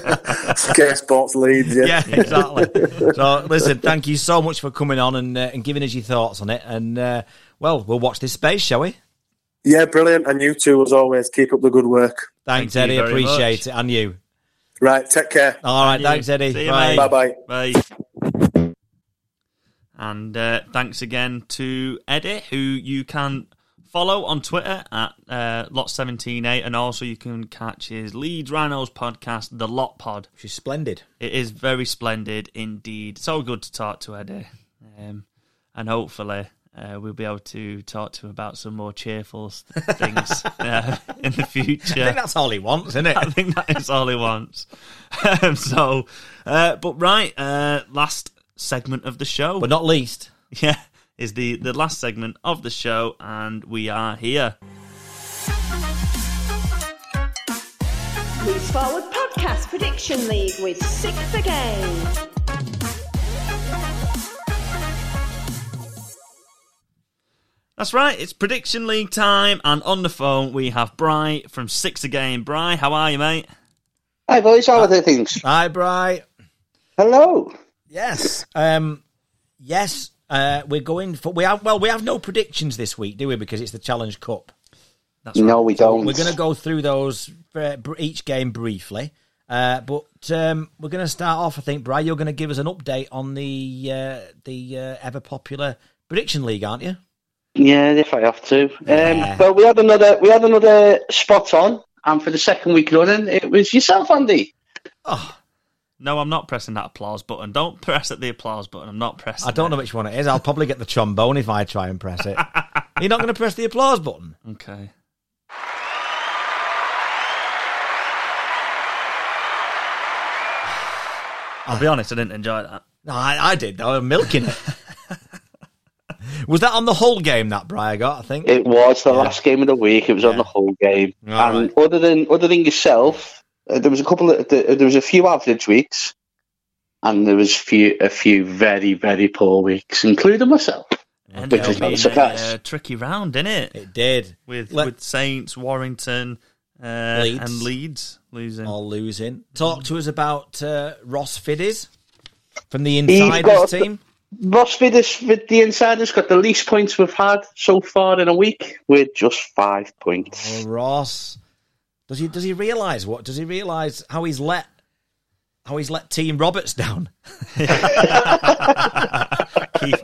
S7: Care Sports Leeds, yeah.
S2: yeah, exactly. So listen, thank you so much for coming on and uh, and giving us your thoughts on it. And uh, well, we'll watch this space, shall we?
S7: Yeah, brilliant. And you two, as always, keep up the good work.
S2: Thanks,
S1: Thank you
S2: Eddie.
S1: very much.
S2: Appreciate it, and you.
S7: Right, take care.
S2: All right,
S1: you.
S2: thanks, Eddie.
S1: See you, mate.
S2: Bye.
S7: Bye bye.
S1: Bye. And uh, thanks again to Eddie, who you can follow on Twitter at uh, Lot178, and also you can catch his Leeds Rhinos podcast, The Lot Pod.
S2: She's splendid.
S1: It is very splendid indeed. So good to talk to Eddie, um, and hopefully uh, we'll be able to talk to him about some more cheerful s- things uh, in the future.
S2: I think that's all he wants, isn't it?
S1: I think that is all he wants. um, so, uh, but right, uh, last segment of the show.
S2: but not least.
S1: yeah, is the the last segment of the show, and we are here.
S8: Leaps Forward Podcast Prediction League with Sixth Again.
S1: That's right, it's prediction league time, and on the phone we have Bry from Six Again. Bry, how are you, mate?
S4: Hey, boys, how are the things?
S2: Hi, Bry.
S4: Hello.
S2: Yes. Um, yes. Uh, we're going for we have well we have no predictions this week, do we? Because it's the Challenge Cup.
S1: That's right.
S4: No, we don't.
S2: We're going to go through those uh, br- each game briefly, uh, but um, we're going to start off. I think, Bry, you're going to give us an update on the uh, the uh, ever popular prediction league, aren't you?
S9: Yeah, if I have to. Um,
S2: Yeah.
S9: But we had another we had another spot on, and for the second week running, it was yourself, Andy.
S1: No, I'm not pressing that applause button. Don't press at the applause button. I'm not pressing.
S2: I don't know
S1: it.
S2: which one it is. I'll probably get the trombone if I try and press it. You're not going to press the applause button.
S1: Okay. I'll be honest, I didn't enjoy that.
S2: No, I, I did. though. I'm milking it. was that on the whole game that Briar got? I think.
S9: It was the last game of the week. It was on the whole game,
S2: All
S9: and other than other than yourself, uh, there was a couple of th- there was a few average weeks, and there was few a few very very poor weeks, including myself.
S1: Ended
S9: Which
S1: up
S9: is not a
S1: being
S9: surprise.
S1: a tricky round, didn't it?
S2: It did.
S1: With
S2: Let-
S1: with Saints, Warrington, uh,
S2: Leeds.
S1: and Leeds Oh. losing.
S2: All losing. Talk to us about uh, Ross Fiddies from the
S9: He's
S2: Insiders
S9: got-
S2: team.
S9: Ross Vidas with the insiders got the least points we've had so far in a week with just five
S2: Oh,
S9: points.
S2: Ross. Does he does he realise what? Does he realise how he's let how he's let Team Roberts down?
S1: Keith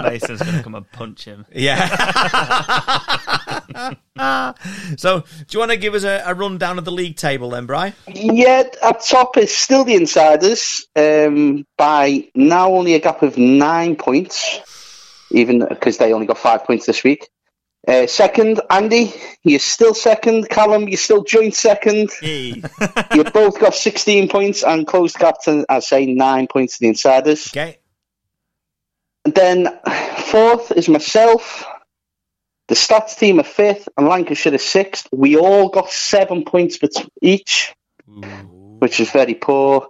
S1: Mason's going to come and punch him.
S2: Yeah. so, do you want to give us a, a rundown of the league table then, Bry?
S9: Yet at top is still the insiders um, by now only a gap of nine points, even because they only got five points this week. Uh, second, Andy, you're still second. Callum, you're still joint second.
S1: Hey.
S9: you both got 16 points and closed captain, I say, nine points to the insiders.
S2: Okay.
S9: And then fourth is myself. The stats team are fifth and Lancashire are sixth. We all got seven points bet- each, which is very poor.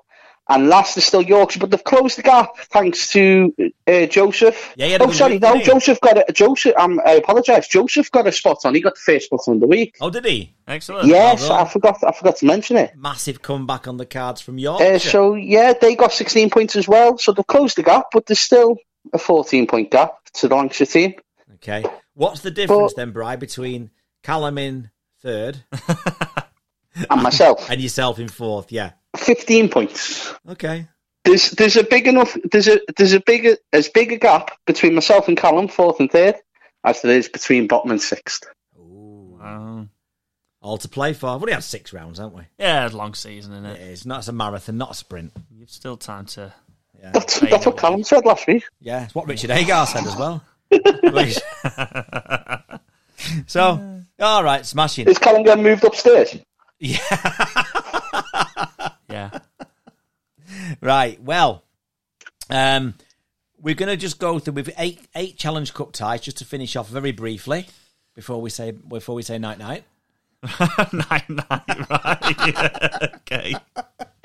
S9: And last is still Yorkshire, but they've closed the gap thanks to uh, Joseph.
S2: Yeah, he had a
S9: oh,
S2: good
S9: sorry,
S2: week,
S9: no,
S2: didn't he?
S9: Joseph got a Joseph. Um, I apologise. Joseph got a spot on. He got the first spot on the week.
S2: Oh, did he?
S1: Excellent.
S9: yes,
S2: done.
S9: I forgot. I forgot to mention it.
S2: Massive comeback on the cards from
S9: Uh,
S2: Yorkshire.
S9: so yeah, they got 16 points as well. So they've closed the gap, but there's still a 14 point gap to the Lancashire team.
S2: okay. What's the difference
S9: But-
S2: then, Bry, between Callum in third
S9: And myself.
S2: and yourself in fourth? Yeah.
S9: 15 points.
S2: Okay.
S9: There's there's a big enough there's a there's a bigger as big a gap between myself and Callum fourth and third as there is between bottom and sixth.
S1: Wow.
S2: All to play for. We've only had six rounds, haven't we?
S1: Yeah, it's a long season, isn't
S2: It
S1: it?
S2: is. Not it's a marathon, not a sprint.
S1: You've still time to.
S9: That's that's what Callum said last week.
S2: Yeah, it's what Richard Agar said as well. Which- so, all right, smashing.
S9: Is Callum getting moved upstairs?
S1: Yeah.
S2: Right, well, um, we're going to just go through with eight eight Challenge Cup ties just to finish off very briefly before we say before we say night night.
S1: nine, nine, right. Yeah. Okay.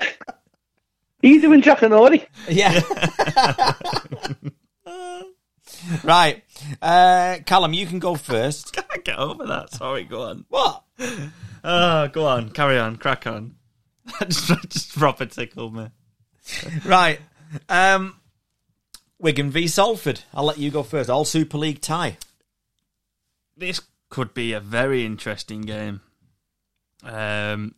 S9: Are you doing Jack and Ori?
S2: Yeah. right, uh, Callum, you can go first.
S1: I get over that. Sorry, go on.
S2: What?
S1: Oh, go on. Carry on. Crack on. just, just proper tickled me.
S2: Right, um, Wigan v Salford. I'll let you go first. All Super League tie.
S1: this could be a very interesting game. Um,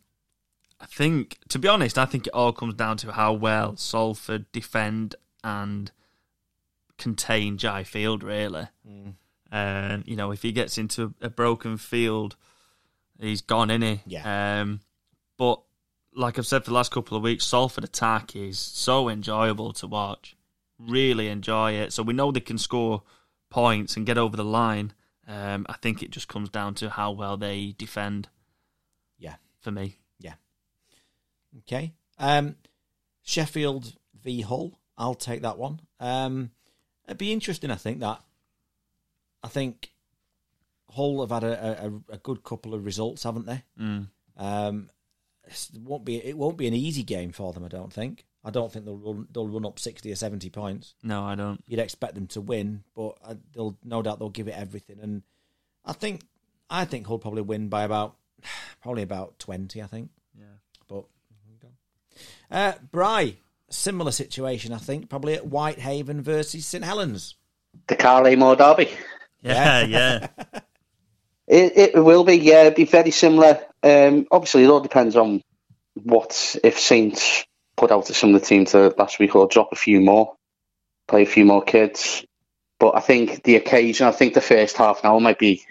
S1: I think, to be honest, I think it all comes down to how well Salford defend and contain Jai Field, really. And, you know, if he gets into a broken field, he's gone, is he?
S2: Yeah.
S1: Um, but, like I've said for the last couple of weeks, Salford attack is so enjoyable to watch. Really enjoy it. So we know they can score points and get over the line. Um, I think it just comes down to how well they defend
S2: Yeah.
S1: for me.
S2: Okay. Um, Sheffield v Hull. I'll take that one. Um, it'd be interesting, I think, that. I think Hull have had a, a- a, a good couple of results, haven't they? Um, it's- it won't be it won't be an easy game for them. I don't think. I don't think they'll run, they'll run up sixty or seventy points.
S1: No, I don't.
S2: You'd expect them to win, but I, they'll no doubt they'll give it everything. And I think I think Hull probably win by about probably about twenty. I think. But uh, Bry, similar situation, I think, probably at Whitehaven versus St Helens.
S9: The Carley Moore Derby.
S1: Yeah, yeah.
S9: It, it will be, yeah, it'll be very similar. Um, obviously, it all depends on what if Saints put out a similar team to last week or drop a few more, play a few more kids. But I think the occasion, I think the first half an hour might be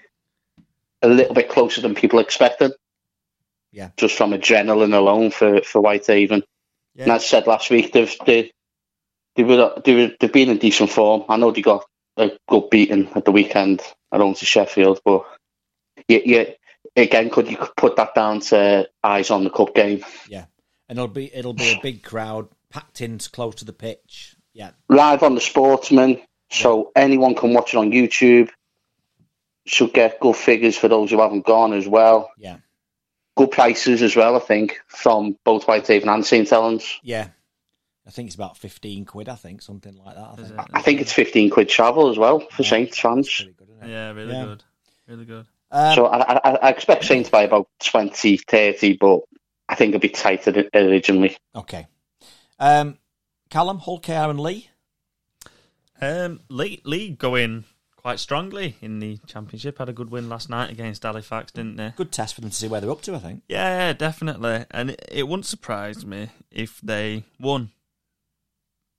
S9: a little bit closer than people expected.
S2: Yeah.
S9: Just from adrenaline alone for, for Whitehaven.
S2: Yeah.
S9: And as I said last week, they've, they, they were, they were, they've been in decent form. I know they got a good beating at the weekend at home to Sheffield, but you, you, again, could you put that down to eyes on the cup game?
S2: and it'll be it'll be a big crowd packed in close to the pitch. Yeah,
S9: live on the Sportsman, so anyone can watch it on YouTube. Should get good figures for those who haven't gone as well.
S2: yeah,
S9: Good prices as well, I think, from both Whitehaven and St. Helens.
S2: yeah. I think it's about fifteen quid. I think something like that. I
S1: Is
S2: think.
S1: it?
S9: I think it's 15 quid travel as well for Saints
S2: That's
S9: fans.
S2: pretty good, isn't it?
S1: Yeah, really
S2: Yeah.
S1: good. Really good.
S2: Um,
S9: So I, I, I expect Saints by about 20, 30, but I think it'll be tighter than originally.
S2: okay, um, Callum Hulk and Lee.
S1: Um, Lee, Lee going quite strongly in the championship. Had a good win last night against Halifax, didn't they?
S2: Good test for them to see where they're up to. I think.
S1: Yeah, definitely. And it, it wouldn't surprise me if they won.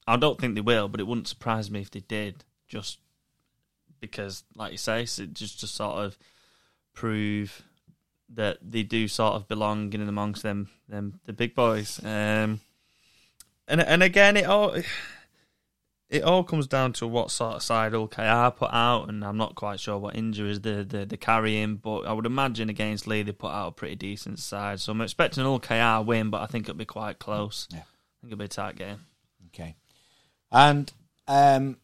S1: I don't think they will, but it wouldn't surprise me if they did. Just because, like you say, so just to sort of prove that they do sort of belong in and amongst them, them the big boys. Um, and and again, it all it all comes down to what sort of side OKR put out, and I'm not quite sure what injuries they're, they're, they're carrying, but I would imagine against Lee they put out a pretty decent side. So I'm expecting an OKR win, but I think it'll be quite close.
S2: Yeah.
S1: I think it'll be a tight game.
S2: Okay, and um,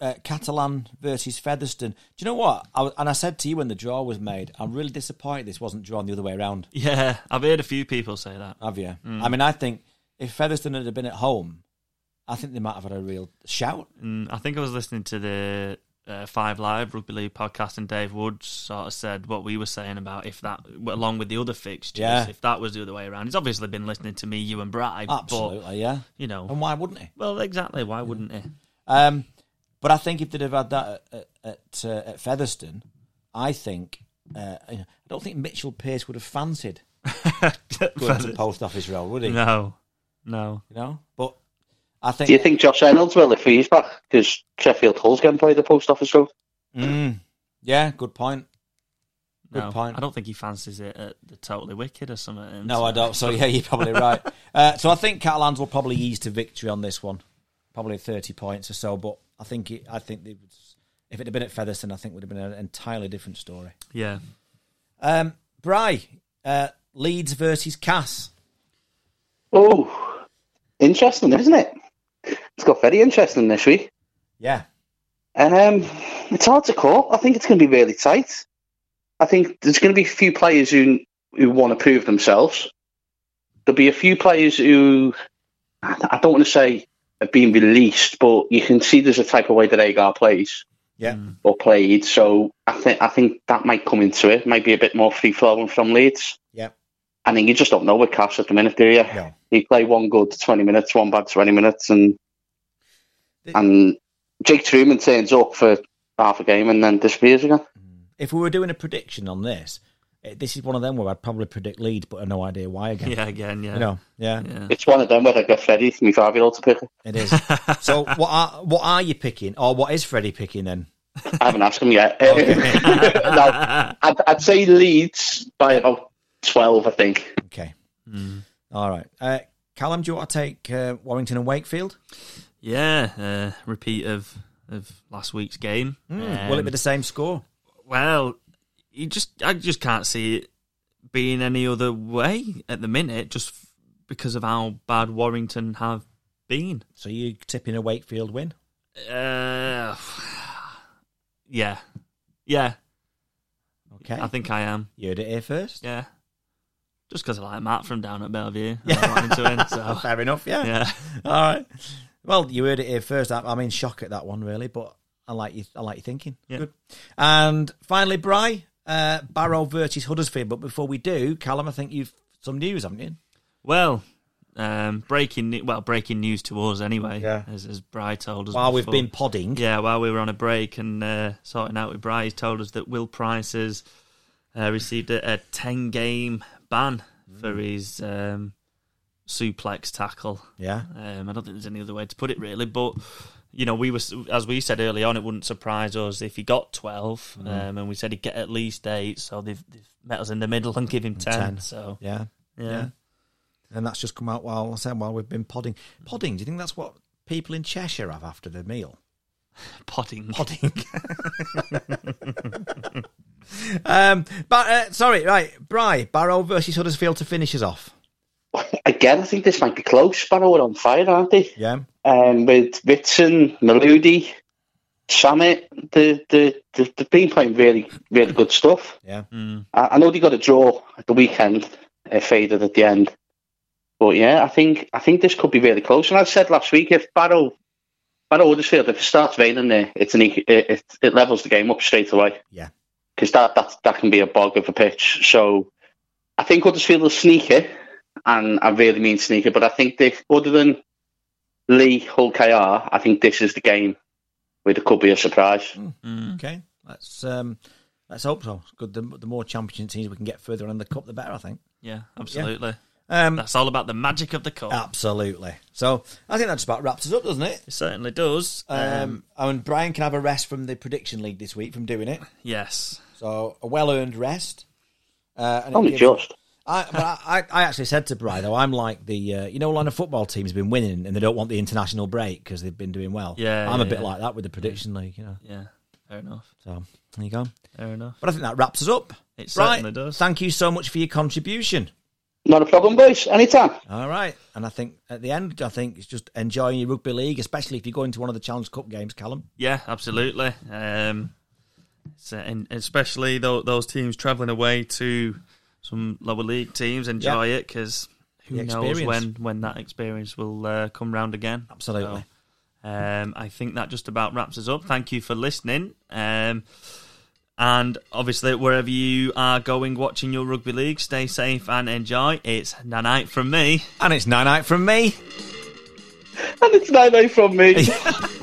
S2: uh, Catalan versus Featherstone. Do you know what? I, was- and I said to you when the draw was made, I'm really disappointed this wasn't drawn the other way around.
S1: Yeah, I've heard a few people say that.
S2: Have you?
S1: Mm.
S2: I mean, I think if Featherstone had been at home, I think they might have had a real shout.
S1: Mm, I think I was listening to the uh, Five Live Rugby League podcast, and Dave Woods sort of said what we were saying about if that, along with the other fixtures,
S2: Yeah.
S1: if that was the other way around. He's obviously been listening to me, you, and Bry,
S2: Absolutely,
S1: but
S2: yeah.
S1: you know,
S2: And why wouldn't he?
S1: well, exactly. Why wouldn't he?
S2: Um, but I think if they'd have had that at at, uh, at Featherstone, I think uh, you know, I don't think Mitchell Pearce would have fancied going to Post Office Road, would he?
S1: No, no.
S2: You know, but I think
S9: Do you think Josh Reynolds will if he's back? Because Sheffield Hull's going to play the post office road.
S2: Mm, yeah, good point. Good
S1: no.
S2: point.
S1: I don't think he fancies it at the Totally Wicked or something.
S2: No, I don't. So yeah, you're probably right. Uh, so I think Catalans will probably ease to victory on this one, probably thirty points or so. But I think it, I think they would, if it had been at Featherstone, I think it would have been an entirely different story.
S1: Yeah.
S2: Um, Bry, uh, Leeds versus Cass.
S9: Oh, interesting, isn't it? It's got very interesting this week.
S2: Yeah,
S9: And um, it's hard to call. I think it's going to be really tight. I think there's going to be a few players who who want to prove themselves. There'll be a few players who I I don't want to say are being released, but you can see there's a type of way that Agar plays
S2: yeah,
S9: or played. So I think I think that might come into it. Might be a bit more free flowing from Leeds.
S2: yeah,
S9: I think you just don't know with Cass at the minute, do you?
S2: No.
S9: He play one good twenty minutes, one bad twenty minutes, and and Jake Truman turns up for half a game and then disappears again.
S2: If we were doing a prediction on this, eh, this is one of them where I'd probably predict Leeds, but I have no idea why again.
S1: Yeah, again, yeah.
S2: You know, yeah,
S1: Yeah.
S9: It's one of them where I get Freddie, my five year old, to pick.
S2: it is. so what are what are you picking, or what is Freddie picking then?
S9: I haven't asked him yet. no, I'd, I'd say Leeds by about twelve, I think.
S2: Okay.
S1: Mm.
S2: All right. Uh, Callum, do you want to take uh, Warrington and Wakefield?
S1: Yeah, uh, repeat of of last week's game.
S2: Will it
S1: Um,
S2: be the same score?
S1: Well, you just I just can't see it being any other way at the minute, just f- because of how bad Warrington have been.
S2: So you tipping a Wakefield win?
S1: Uh, yeah, yeah.
S2: Okay.
S1: I think I am.
S2: you heard it here first.
S1: Yeah, just because I like Matt from down at Bellevue. Yeah, I want him to win, so.
S2: Fair enough. Yeah.
S1: yeah.
S2: All right. Well, you heard it here first. I, I mean, shock at that one, really, but I like you. I like you thinking.
S1: Yeah.
S2: Good. And finally, Bry, uh, Barrow versus Huddersfield. But before we do, Callum, I think you've some news, haven't you?
S1: Well, um, breaking ne- well breaking news to us anyway.
S2: Yeah.
S1: As, as Bry told us
S2: While we've
S1: before.
S2: been podding.
S1: yeah while we were on a break and uh, sorting out with Bry, he's told us that Will Price has uh, received a, a ten game ban for
S2: Mm.
S1: his um, suplex tackle.
S2: Yeah.
S1: Um, I don't think there's any other way to put it really, but you know, we were as we said early on, it wouldn't surprise us if he got 12 um, and we said he'd get at least eight. So they've, they've met us in the middle and give him ten.
S2: 10.
S1: So
S2: Yeah.
S1: yeah.
S2: And that's just come out while I said while we've been podding. Podding, do you think that's what people in Cheshire have after their meal?
S1: potting.
S2: Podding. um, but uh, sorry, right, Bry Barrow versus Huddersfield to finish us off.
S9: Again, I think this might be close. Barrow are on fire, aren't they?
S2: Yeah,
S9: Um, with Ritson, Maludi, Samet, the, the, the, they've been playing really, really good stuff.
S2: yeah.
S9: I, I know they got a draw at the weekend, uh, faded at the end. But yeah, I think I think this could be really close. And I said last week, if Barrow, Barrow Huddersfield, if it starts raining there, it's an, equ- it, it, it levels the game up straight away.
S2: Yeah.
S9: because that, that that can be a bog of a pitch. So I think Huddersfield will sneak it, and I really mean sneak it. But I think they, other than Lee Hull KR, I think this is the game where there could be a surprise.
S2: Okay, let's um, let's hope so. It's good. The, the more championship teams we can get further in the cup, the better. I think.
S1: Yeah, Ah. absolutely.
S2: Um,
S1: That's all about the magic of the cup.
S2: absolutely. So I think that just about wraps us up, doesn't it?
S1: It certainly does.
S2: Um, I mean, Brian can have a rest from the prediction league this week from doing it.
S1: yes.
S2: So a well earned rest. Uh, and it
S9: Only
S2: gives-
S9: just.
S2: I, but I, I I actually said to Bry though, I'm like the uh, you know, a lot of football teams have been winning and they don't want the international break because they've been doing well.
S1: Yeah,
S2: I'm a
S1: yeah,
S2: bit
S1: yeah.
S2: like that with the prediction league, you know.
S1: Yeah. Fair enough.
S2: So there you go.
S1: Fair enough.
S2: But I think that wraps us up.
S1: It
S2: Bri,
S1: certainly does.
S2: Thank you so much for your contribution.
S9: Not a problem, boys. Anytime.
S2: All right, and I think at the end, I think it's just enjoying your rugby league, especially if you go into one of the Challenge Cup games, Callum.
S1: Yeah, absolutely. Um, so- and especially tho- those teams travelling away to some lower league teams, enjoy it 'cause it
S2: The
S1: because who knows
S2: experience.
S1: when, when that experience will uh, come round again.
S2: Absolutely.
S1: So, um, I think that just about wraps us up. Thank you for listening. Um, and obviously, wherever you are going watching your rugby league, stay safe and enjoy. It's Nanite from me.
S2: And it's nine out from me.
S9: And it's 9 from me.